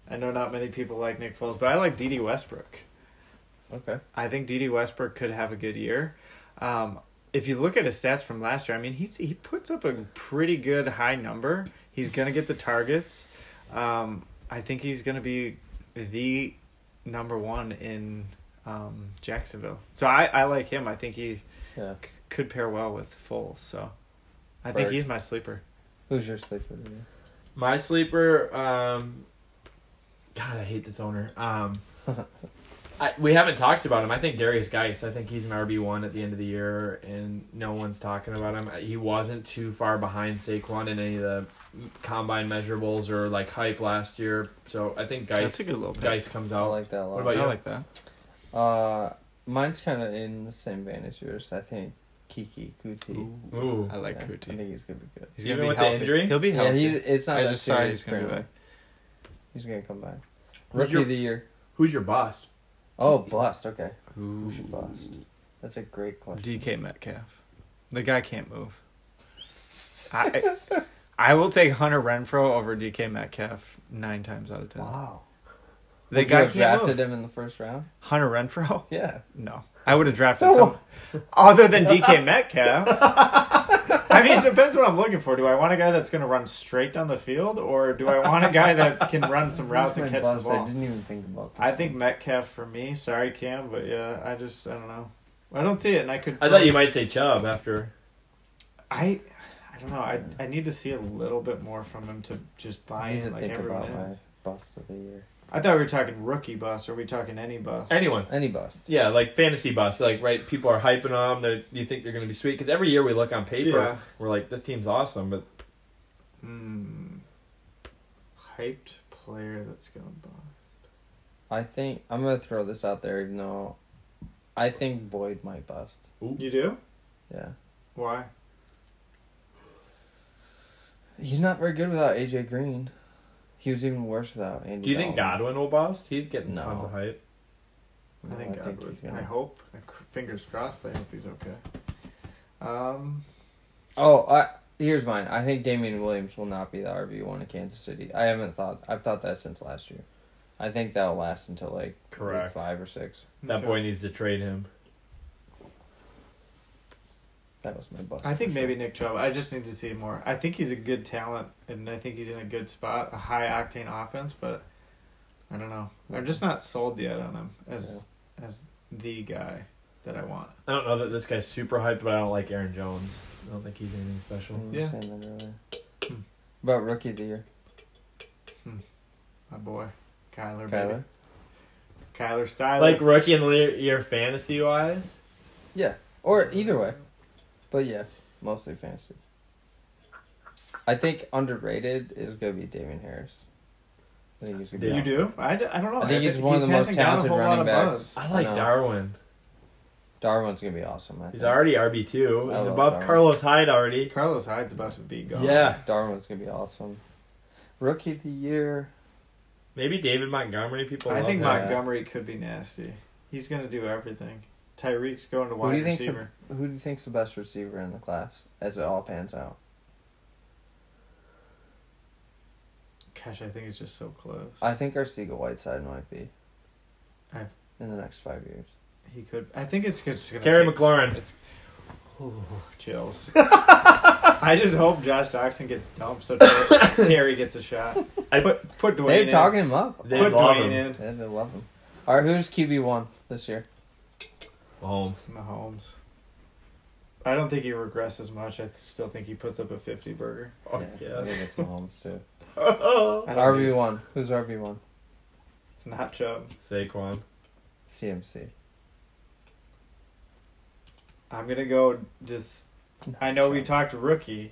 Speaker 2: I know not many people like Nick Foles, but I like D.D. Westbrook.
Speaker 4: Okay.
Speaker 2: I think D.D. Westbrook could have a good year. Um, if you look at his stats from last year, I mean, he's he puts up a pretty good high number. He's gonna get the targets. Um, I think he's gonna be the number one in um, Jacksonville. So I, I like him. I think he
Speaker 4: Yeah.
Speaker 2: c- could pair well with Foles. So I think
Speaker 4: Bird.
Speaker 2: he's my sleeper.
Speaker 4: Who's your sleeper? Ian?
Speaker 3: My sleeper, um, God, I hate this owner. Um, I, we haven't talked about him. I think Darius Geis. I think he's an RB one at the end of the year, and no one's talking about him. He wasn't too far behind Saquon in any of the combine measurables or like hype last year. So I think Geis.
Speaker 2: That's a good little pick.
Speaker 3: Geis comes
Speaker 4: I
Speaker 3: out.
Speaker 4: like that a lot.
Speaker 3: What about
Speaker 2: I
Speaker 3: you?
Speaker 2: like that.
Speaker 4: Uh, mine's kind of in the same vein as yours. I think Kiki Kuti.
Speaker 3: Ooh,
Speaker 2: I like
Speaker 4: Yeah, I
Speaker 2: Kuti.
Speaker 4: think he's gonna be good.
Speaker 2: He's
Speaker 3: Even
Speaker 2: gonna be
Speaker 3: with the
Speaker 2: healthy.
Speaker 3: injury?
Speaker 2: He'll be
Speaker 4: Yeah,
Speaker 2: healthy.
Speaker 4: he's it's not
Speaker 2: I
Speaker 4: that
Speaker 2: just saw he's
Speaker 4: serious
Speaker 2: gonna be
Speaker 4: currently.
Speaker 2: back.
Speaker 4: He's gonna come back.
Speaker 3: Who's
Speaker 4: Rookie
Speaker 3: your-
Speaker 4: of the year.
Speaker 3: who's your bust?
Speaker 4: Oh, bust. Okay. Who's your bust? That's a great question.
Speaker 2: DK Metcalf. The guy can't move. I I will take Hunter Renfro over DK Metcalf nine times out of ten.
Speaker 4: Wow.
Speaker 2: The
Speaker 4: Would you
Speaker 2: guy
Speaker 4: have
Speaker 2: can't
Speaker 4: drafted
Speaker 2: move.
Speaker 4: him in the first round.
Speaker 2: Hunter Renfro?
Speaker 4: Yeah.
Speaker 2: No. I would have drafted
Speaker 4: No.
Speaker 2: someone other than DK Metcalf. I mean, it depends what I'm looking for. Do I want a guy that's going to run straight down the field, or do I want a guy that can run some routes and
Speaker 4: Who's my
Speaker 2: catch the
Speaker 4: bust? I
Speaker 2: ball?
Speaker 4: didn't even think about. This
Speaker 2: I think
Speaker 4: one.
Speaker 2: Metcalf for me. Sorry, Cam, but yeah, I just I don't know. I don't see it, and I could.
Speaker 3: I thought you might say Chubb after.
Speaker 2: I I don't know. I I need to see a little bit more from him to just buy
Speaker 4: I need to
Speaker 2: in like
Speaker 4: think
Speaker 2: everyone
Speaker 4: about my
Speaker 2: else.
Speaker 4: bust of the year.
Speaker 2: I thought we were talking rookie bus. Are we talking any bus?
Speaker 3: Anyone.
Speaker 4: Any bust.
Speaker 3: Yeah, like fantasy buffs. Like, right, people are hyping on them. They you think they're going to be sweet because every year we look on paper,
Speaker 2: Yeah.
Speaker 3: we're like, this team's awesome, but
Speaker 2: Hmm. Hyped player that's gonna bust.
Speaker 4: I think I'm gonna throw this out there, even though I think Boyd might bust.
Speaker 2: You do?
Speaker 4: Yeah.
Speaker 2: Why?
Speaker 4: He's not very good without AJ Green. He was even worse without Andy.
Speaker 3: do you think
Speaker 4: Dalton.
Speaker 3: Godwin will bust? He's getting
Speaker 4: No.
Speaker 3: tons of hype.
Speaker 2: I think
Speaker 4: I
Speaker 2: I,
Speaker 4: think
Speaker 2: was,
Speaker 4: he's
Speaker 2: I
Speaker 4: gonna-
Speaker 2: hope. I cr- Fingers crossed. I hope he's okay. Um.
Speaker 4: Oh, I here's mine. I think Damian Williams will not be the RB one in Kansas City. I haven't thought. I've thought that since last year. I think that'll last until like week
Speaker 3: Correct.
Speaker 4: five or six.
Speaker 3: That
Speaker 2: okay.
Speaker 3: boy needs to trade him.
Speaker 4: That was my bust.
Speaker 2: I think
Speaker 4: for sure.
Speaker 2: maybe Nick Chubb. I just need to see more. I think he's a good talent, and I think he's in a good spot, a high octane offense. But I don't know. I'm just not sold yet on him as as the guy that I want.
Speaker 3: I don't know that this guy's super hyped, but I don't like Aaron Jones. I don't think he's anything
Speaker 4: I
Speaker 3: special.
Speaker 4: remember
Speaker 2: Yeah.
Speaker 4: saying that earlier.
Speaker 2: Hmm.
Speaker 4: About rookie of the year,
Speaker 2: My boy, Kyler.
Speaker 4: Kyler.
Speaker 2: Baby. Kyler Styler.
Speaker 3: Like rookie in the year fantasy wise,
Speaker 4: Yeah, or either way, but yeah, mostly fantasy. I think underrated is gonna be Damian Harris. I think he's gonna be.
Speaker 2: you do? I, d- I don't know.
Speaker 4: I think he's
Speaker 2: haven't-
Speaker 4: one of the most
Speaker 2: hasn't gotten a
Speaker 4: talented
Speaker 2: whole lot
Speaker 4: running
Speaker 2: of
Speaker 4: backs.
Speaker 2: buzz.
Speaker 3: I like
Speaker 4: I know.
Speaker 3: Darwin.
Speaker 4: Darwin's gonna be awesome. I
Speaker 3: He's
Speaker 4: think.
Speaker 3: already RB two.
Speaker 4: I
Speaker 3: He's
Speaker 4: love
Speaker 3: above
Speaker 4: Darwin.
Speaker 3: Carlos Hyde already.
Speaker 2: Carlos Hyde's about to be gone.
Speaker 3: Yeah,
Speaker 4: Darwin's gonna be awesome. Rookie of the year.
Speaker 3: maybe David Montgomery. People,
Speaker 2: I
Speaker 3: love
Speaker 2: think
Speaker 3: him.
Speaker 4: that.
Speaker 2: Montgomery could be nasty. He's gonna do everything. Tyreek's going to
Speaker 4: Who do
Speaker 2: wide
Speaker 4: you think's the-
Speaker 2: receiver.
Speaker 4: Who do you think's the best receiver in the class as it all pans out?
Speaker 2: Gosh, I think it's just so close.
Speaker 4: I think our Arcega Whiteside might be.
Speaker 2: I've-
Speaker 4: In the next five years.
Speaker 2: He could. I think it's just gonna.
Speaker 3: Terry
Speaker 2: take-
Speaker 3: McLaurin.
Speaker 2: It's, ooh, chills. I just hope Josh Doxson gets dumped so Terry, Terry gets a shot.
Speaker 3: I-
Speaker 2: put put Dwayne
Speaker 4: They're
Speaker 2: in.
Speaker 4: talking him up.
Speaker 3: They
Speaker 4: They,
Speaker 2: put
Speaker 3: love
Speaker 2: Dwayne
Speaker 3: him.
Speaker 2: in.
Speaker 4: they love him. All right, who's QB one this year?
Speaker 3: Mahomes.
Speaker 2: Mahomes. I don't think he regresses much. I still think he puts up a fifty burger.
Speaker 3: Oh,
Speaker 4: I
Speaker 3: yeah.
Speaker 4: think it's Mahomes too.
Speaker 2: I don't think
Speaker 4: RB
Speaker 2: it's-
Speaker 4: one. Who's RB one?
Speaker 2: Not Chubb.
Speaker 3: Saquon.
Speaker 4: CMC.
Speaker 2: I'm gonna go just. I know we talked rookie.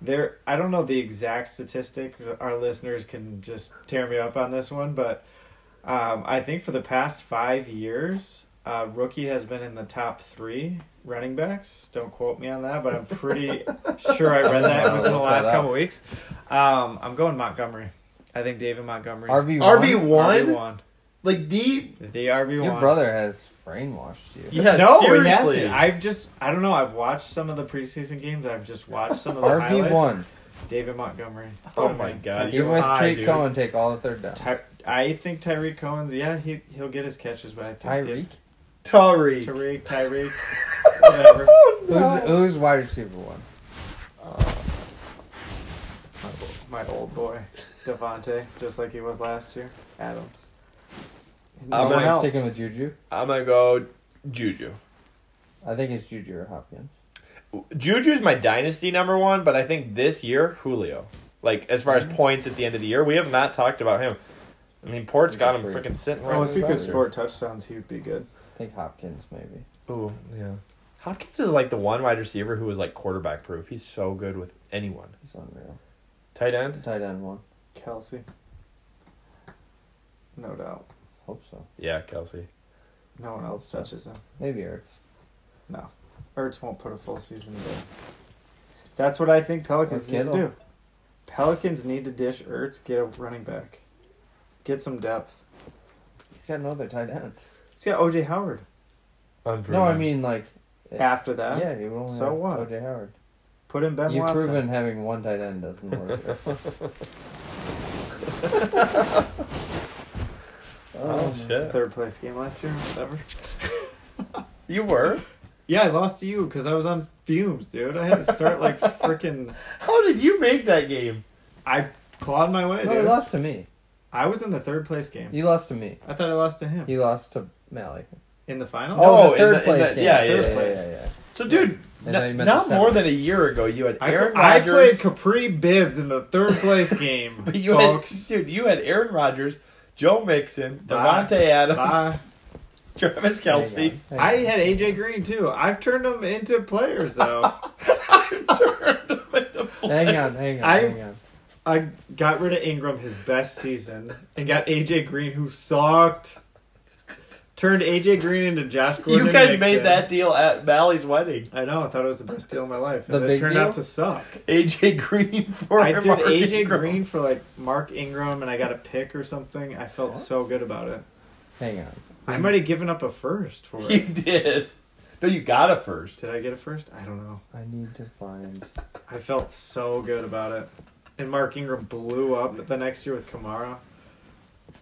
Speaker 2: There, I don't know the exact statistic. Our listeners can just tear me up on this one, but um, I think for the past five years, uh, rookie has been in the top three running backs. Don't quote me on that, but I'm pretty sure I read that within the last couple weeks. Um, I'm going Montgomery. I think David Montgomery's
Speaker 4: RB
Speaker 3: RB
Speaker 4: one.
Speaker 3: one.
Speaker 2: RB1.
Speaker 3: Like the
Speaker 2: The RB1.
Speaker 4: Your brother has brainwashed you.
Speaker 3: yeah.
Speaker 2: no,
Speaker 3: seriously.
Speaker 2: he hasn't. I've just, I don't know. I've watched some of the preseason games. I've just watched some of the
Speaker 4: RB
Speaker 2: highlights.
Speaker 4: one.
Speaker 2: David Montgomery.
Speaker 3: Oh my God,
Speaker 4: You
Speaker 3: You're
Speaker 4: went
Speaker 3: high,
Speaker 4: Treat
Speaker 3: dude.
Speaker 4: Cohen take all the third down.
Speaker 2: Ty- I think Tyreek Cohen's. Yeah, he he'll get his catches, but I think
Speaker 4: Tyreek.
Speaker 2: Dave-
Speaker 3: Tari. Oh,
Speaker 2: Tariq, Tyreek, whatever.
Speaker 4: Who's who's wide receiver one?
Speaker 2: My old boy, Devontae, just like he was last year. Adams.
Speaker 3: I'm
Speaker 4: I'm
Speaker 3: gonna
Speaker 4: not
Speaker 3: help.
Speaker 4: sticking with Juju.
Speaker 3: I'm gonna go Juju.
Speaker 4: I think it's Juju or Hopkins.
Speaker 3: Juju's my dynasty number one, but I think this year Julio. Like as far
Speaker 4: Mm-hmm.
Speaker 3: as points at the end of the year, we have not talked about him. I mean, Port's
Speaker 4: He's a
Speaker 3: got him
Speaker 4: freak. Oh,
Speaker 3: freaking sitting right.
Speaker 2: Well, if he could
Speaker 4: Right.
Speaker 2: score touchdowns, he would be good.
Speaker 4: I think Hopkins maybe.
Speaker 3: Ooh, yeah. Hopkins is like the one wide receiver who is like quarterback proof. He's so good with anyone.
Speaker 4: He's unreal.
Speaker 3: Tight end?
Speaker 4: Tight end one.
Speaker 2: Kelsey. No doubt.
Speaker 4: Hope so.
Speaker 3: Yeah, Kelsey.
Speaker 2: No one else touches him.
Speaker 4: Maybe Ertz.
Speaker 2: No. Ertz won't put a full season together. That's what I think Pelicans
Speaker 4: Or
Speaker 2: need to
Speaker 4: Kittle.
Speaker 2: do. Pelicans need to dish Ertz, get a running back, get some depth.
Speaker 4: He's got no other tight ends.
Speaker 2: He's got OJ Howard.
Speaker 4: No, I mean like
Speaker 2: After that,
Speaker 4: yeah, you only
Speaker 2: so
Speaker 4: have
Speaker 2: what?
Speaker 4: OJ Howard.
Speaker 2: put in Ben
Speaker 4: You've
Speaker 2: Watson.
Speaker 4: proven having one tight end doesn't work.
Speaker 3: Oh,
Speaker 4: um,
Speaker 3: shit.
Speaker 2: Third place game last year, whatever.
Speaker 3: You were?
Speaker 2: Yeah, I lost to you because I was on fumes, dude. I had to start like freaking.
Speaker 3: How did you make that game?
Speaker 2: I clawed my way,
Speaker 4: no, he
Speaker 2: dude.
Speaker 4: lost to me.
Speaker 2: I was in the third place game.
Speaker 4: He lost to me.
Speaker 2: I thought I lost to him
Speaker 4: He lost to Malik. Oh,
Speaker 2: in the final.
Speaker 3: No,
Speaker 4: the
Speaker 3: in
Speaker 4: third
Speaker 3: the- in
Speaker 4: place
Speaker 3: the-
Speaker 4: game.
Speaker 3: yeah,
Speaker 4: yeah,
Speaker 2: yeah,
Speaker 4: yeah,
Speaker 2: yeah,
Speaker 4: yeah, yeah.
Speaker 3: So, dude,
Speaker 4: And then
Speaker 3: n-
Speaker 4: he met
Speaker 3: not
Speaker 4: the
Speaker 3: more
Speaker 4: Seahawks.
Speaker 3: than a year ago, you had
Speaker 2: I,
Speaker 3: Aaron
Speaker 2: I played
Speaker 3: Rodgers.
Speaker 2: Capri Bibbs in the third place game,
Speaker 3: but you
Speaker 2: folks.
Speaker 3: had, dude, you had Aaron Rodgers, Joe Mixon,
Speaker 2: Bye.
Speaker 3: Devontae Adams,
Speaker 2: Bye.
Speaker 3: Travis
Speaker 4: Hang on,
Speaker 3: Kelsey.
Speaker 4: hang
Speaker 2: I
Speaker 4: on.
Speaker 2: had AJ Green too. I've turned them into players though.
Speaker 4: Hang on, hang on,
Speaker 2: I-
Speaker 4: hang on.
Speaker 2: I got rid of Ingram his best season and got AJ Green who sucked. Turned AJ Green into Josh Gordon.
Speaker 3: You guys
Speaker 2: Mixon.
Speaker 3: made that deal at Bally's wedding.
Speaker 2: I know. I thought it was the best deal of my life,
Speaker 4: The
Speaker 2: and it
Speaker 4: big
Speaker 2: turned out to
Speaker 4: deal?
Speaker 2: suck.
Speaker 3: AJ Green for
Speaker 2: I did
Speaker 3: Mark
Speaker 2: AJ
Speaker 3: Ingram.
Speaker 2: Green for like Mark Ingram, and I got a pick or something. I felt so good about it.
Speaker 4: Hang on.
Speaker 2: I might have given up a first for
Speaker 3: Hmm. You
Speaker 2: it.
Speaker 3: did. No, you got it first.
Speaker 2: Did I get a first? I don't know.
Speaker 4: I need to find.
Speaker 2: I felt so good about it. And Mark Ingram blew up the next year with Kamara.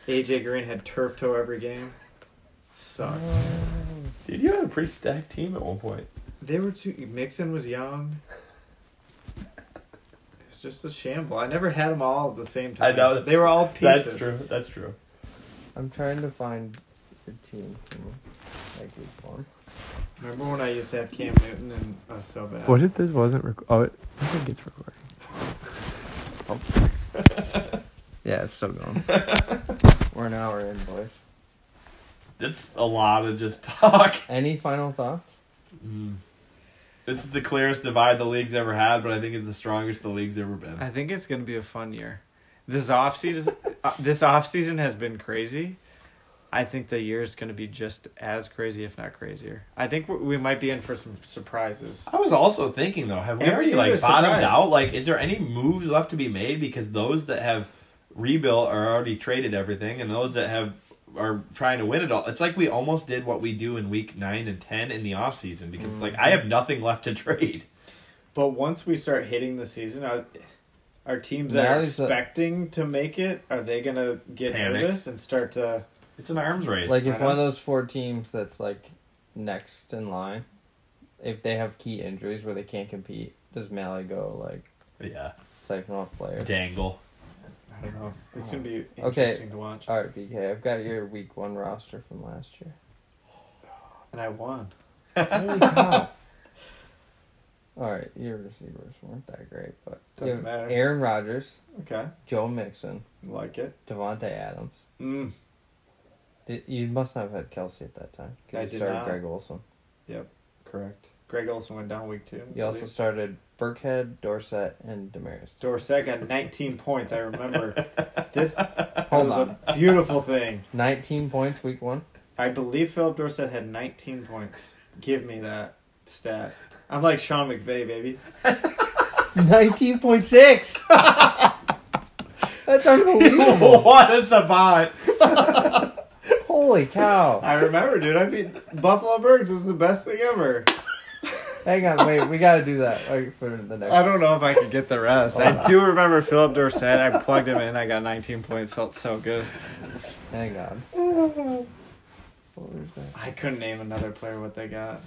Speaker 2: AJ Green had turf toe every game. Sucked.
Speaker 3: Dude, you had a pretty stacked team at one point.
Speaker 2: They were too. Mixon was young. It's just a shamble. I never had them all at the same time.
Speaker 3: I know.
Speaker 2: They were all pieces.
Speaker 3: That's true. That's true.
Speaker 4: I'm trying to find the team from like week one.
Speaker 2: Remember when I used to have Cam Newton and I was so bad?
Speaker 8: if this wasn't recorded? Oh, it, I think it's recorded.
Speaker 4: Yeah, it's still going. We're an hour in, boys.
Speaker 3: It's a lot of just talk.
Speaker 4: Any final thoughts?
Speaker 3: This is the clearest divide the league's ever had, but I think it's the strongest the league's ever been.
Speaker 2: I think it's going to be a fun year. This off season, uh, this off season has been crazy. I think the year is going to be just as crazy, if not crazier. I think we- we might be in for some surprises.
Speaker 3: I was also thinking though, have we
Speaker 2: Every
Speaker 3: already
Speaker 2: year
Speaker 3: like
Speaker 2: is
Speaker 3: bottomed
Speaker 2: surprised.
Speaker 3: out? Like, is there any moves left to be made? Because those that have rebuilt are already traded everything, and those that have are trying to win it all. It's like we almost did what we do in week nine and ten in the off season because it's like I have nothing left to trade.
Speaker 2: But once we start hitting the season, are, are teams that
Speaker 4: Now
Speaker 2: are
Speaker 4: is the-
Speaker 2: expecting to make it, are they going to get
Speaker 3: Panic.
Speaker 2: nervous and start to?
Speaker 3: It's an arms race.
Speaker 4: Like,
Speaker 2: I
Speaker 4: if
Speaker 2: don't-
Speaker 4: one of those four teams that's like next in line, if they have key injuries where they can't compete, does Mally go like
Speaker 3: yeah,
Speaker 4: siphon off players?
Speaker 3: dangle.
Speaker 2: I don't know. It's going to be
Speaker 4: Okay.
Speaker 2: interesting to watch.
Speaker 4: All right, BK, I've got your week one roster from last year.
Speaker 2: And I won.
Speaker 4: Holy cow. All right, your receivers weren't that great, but
Speaker 2: Doesn't
Speaker 4: you have
Speaker 2: matter.
Speaker 4: Aaron Rodgers,
Speaker 2: Okay,
Speaker 4: Joe Mixon,
Speaker 2: like it.
Speaker 4: Devontae Adams.
Speaker 2: Mm.
Speaker 4: Did, you must not have had Kelsey at that time. 'cause
Speaker 2: I
Speaker 4: you
Speaker 2: did
Speaker 4: started
Speaker 2: not.
Speaker 4: Greg Olson.
Speaker 2: Correct. Greg Olson went down week two. I
Speaker 4: You also
Speaker 2: believe.
Speaker 4: started Burkhead, Dorsett, and Damaris.
Speaker 2: Dorsett got 19 points. I remember this
Speaker 4: Hold
Speaker 2: was
Speaker 4: on.
Speaker 2: a beautiful thing.
Speaker 4: 19 points week one.
Speaker 2: I believe Philip Dorsett had 19 points. Give me that stat. I'm like Sean McVay, baby.
Speaker 4: 19.6! That's unbelievable.
Speaker 3: what a savant!
Speaker 4: Holy cow.
Speaker 2: I remember, dude. I beat Buffalo Birds was the best thing ever.
Speaker 4: Hang on, wait. We got to do that like, for the next
Speaker 2: I don't know if I could get the rest. I do remember Philip Dorsett. I plugged him in. I got 19 points. Felt so good.
Speaker 4: Hang on. What was that?
Speaker 2: I couldn't name another player what they got.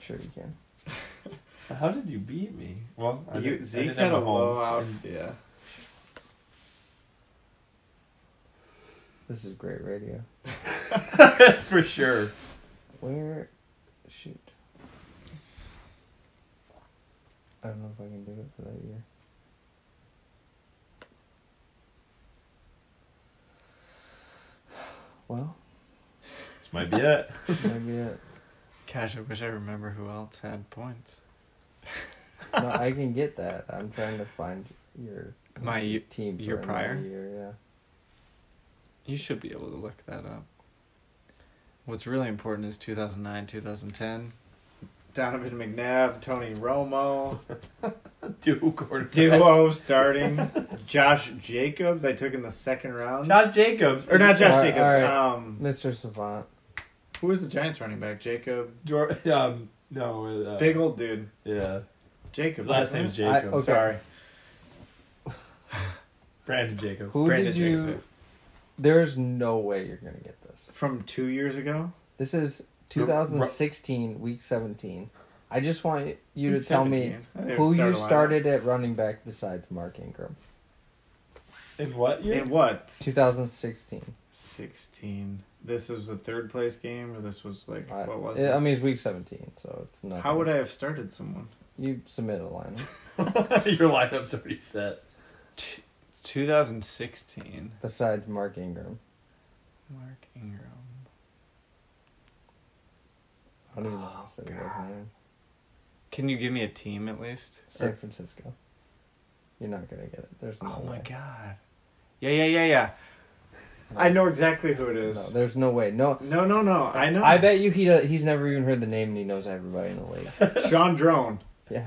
Speaker 4: Sure you can.
Speaker 3: How did you beat me? Well, I
Speaker 2: You,
Speaker 3: didn't- I
Speaker 2: Zeke
Speaker 3: didn't
Speaker 2: had a
Speaker 3: have Mahomes.
Speaker 2: low out. Yeah.
Speaker 4: This is great radio.
Speaker 3: for sure.
Speaker 4: Where? Shoot. I don't know if I can do it for that year. Well,
Speaker 9: This might be it.
Speaker 4: maybe it.
Speaker 2: Gosh, I wish I remember who else had points.
Speaker 4: No, I can get that. I'm trying to find your
Speaker 2: My y-
Speaker 4: team
Speaker 2: year
Speaker 4: another
Speaker 2: prior?
Speaker 4: Year, yeah.
Speaker 2: You should be able to look that up. What's really important is 2009, 2010. Donovan McNabb, Tony Romo,
Speaker 3: Duke quarterback.
Speaker 2: duo starting. Josh Jacobs, I took in the second round.
Speaker 3: Josh Jacobs.
Speaker 2: or not Josh
Speaker 4: All right,
Speaker 2: Jacobs.
Speaker 4: all right.
Speaker 2: Um,
Speaker 4: Mr. Savant.
Speaker 2: who was the Giants running back? Jacob.
Speaker 3: Jor- um, no. Uh,
Speaker 2: Big old dude.
Speaker 3: Yeah.
Speaker 2: Jacob.
Speaker 3: Last
Speaker 2: wasn't
Speaker 3: name's
Speaker 2: it?
Speaker 3: Jacobs.
Speaker 4: I- okay.
Speaker 2: Sorry.
Speaker 3: Brandon Jacobs.
Speaker 4: Who
Speaker 2: Brandon
Speaker 4: did you?
Speaker 2: Jacobs.
Speaker 4: There's no way you're gonna get this.
Speaker 2: From two years ago?
Speaker 4: This is
Speaker 3: Ru- ru-
Speaker 4: 2016, week 17. I just want you to tell me
Speaker 2: 17. I think it
Speaker 4: who
Speaker 2: was
Speaker 4: you
Speaker 2: started lineup.
Speaker 4: started at running back besides Mark Ingram.
Speaker 3: In what year?
Speaker 2: In what?
Speaker 4: 2016.
Speaker 2: 16. This was a third place game, or this was like,
Speaker 4: I,
Speaker 2: what was
Speaker 4: I
Speaker 2: this?
Speaker 4: mean, it's week 17, so it's not.
Speaker 2: how would I have started someone?
Speaker 4: You submit a lineup.
Speaker 3: Your lineup's already set.
Speaker 2: 2016.
Speaker 4: Besides Mark Ingram,
Speaker 2: Mark Ingram.
Speaker 4: I don't even know
Speaker 2: Oh,
Speaker 4: how to say the guy's name.
Speaker 2: Can you give me a team at least?
Speaker 4: San Francisco. You're not gonna get it. There's no
Speaker 2: Oh my
Speaker 4: way.
Speaker 2: god. Yeah, yeah, yeah, yeah. I know exactly who it
Speaker 4: No,
Speaker 2: is.
Speaker 4: there's no way. No,
Speaker 2: No, no, no. I know.
Speaker 4: I bet you he do, he's never even heard the name and he knows everybody in the league.
Speaker 2: Sean Drone.
Speaker 4: Yeah.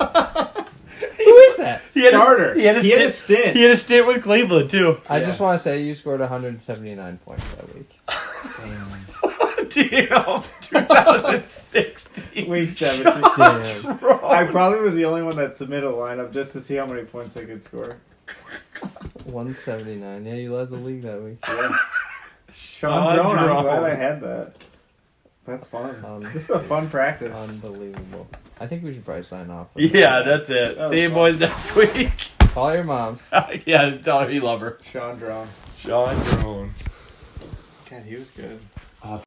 Speaker 4: Who is that?
Speaker 3: He had a-
Speaker 2: Starter.
Speaker 3: he had a
Speaker 2: he had a
Speaker 3: stint.
Speaker 2: stint.
Speaker 3: He had a stint with Cleveland too.
Speaker 4: I just want to say you scored 179 points that week.
Speaker 3: Damn, 2016.
Speaker 2: Week 17.
Speaker 4: Damn.
Speaker 2: I probably was the only one that submitted a lineup just to see how many points I could score.
Speaker 4: 179. Yeah, you led the league that week.
Speaker 2: Yeah.
Speaker 3: Sean
Speaker 2: Sean Drone.
Speaker 3: Drone.
Speaker 2: I'm glad I had that. That's fun.
Speaker 4: Um,
Speaker 2: this is a fun practice.
Speaker 4: Unbelievable. I think we should probably sign off. with
Speaker 3: Yeah,
Speaker 4: that.
Speaker 3: that's it.
Speaker 2: That was
Speaker 3: See you
Speaker 2: fun.
Speaker 3: boys next week.
Speaker 4: Call your moms.
Speaker 3: yeah, tell her you love her.
Speaker 2: Sean Drone.
Speaker 3: Sean Drone.
Speaker 2: God, he was good.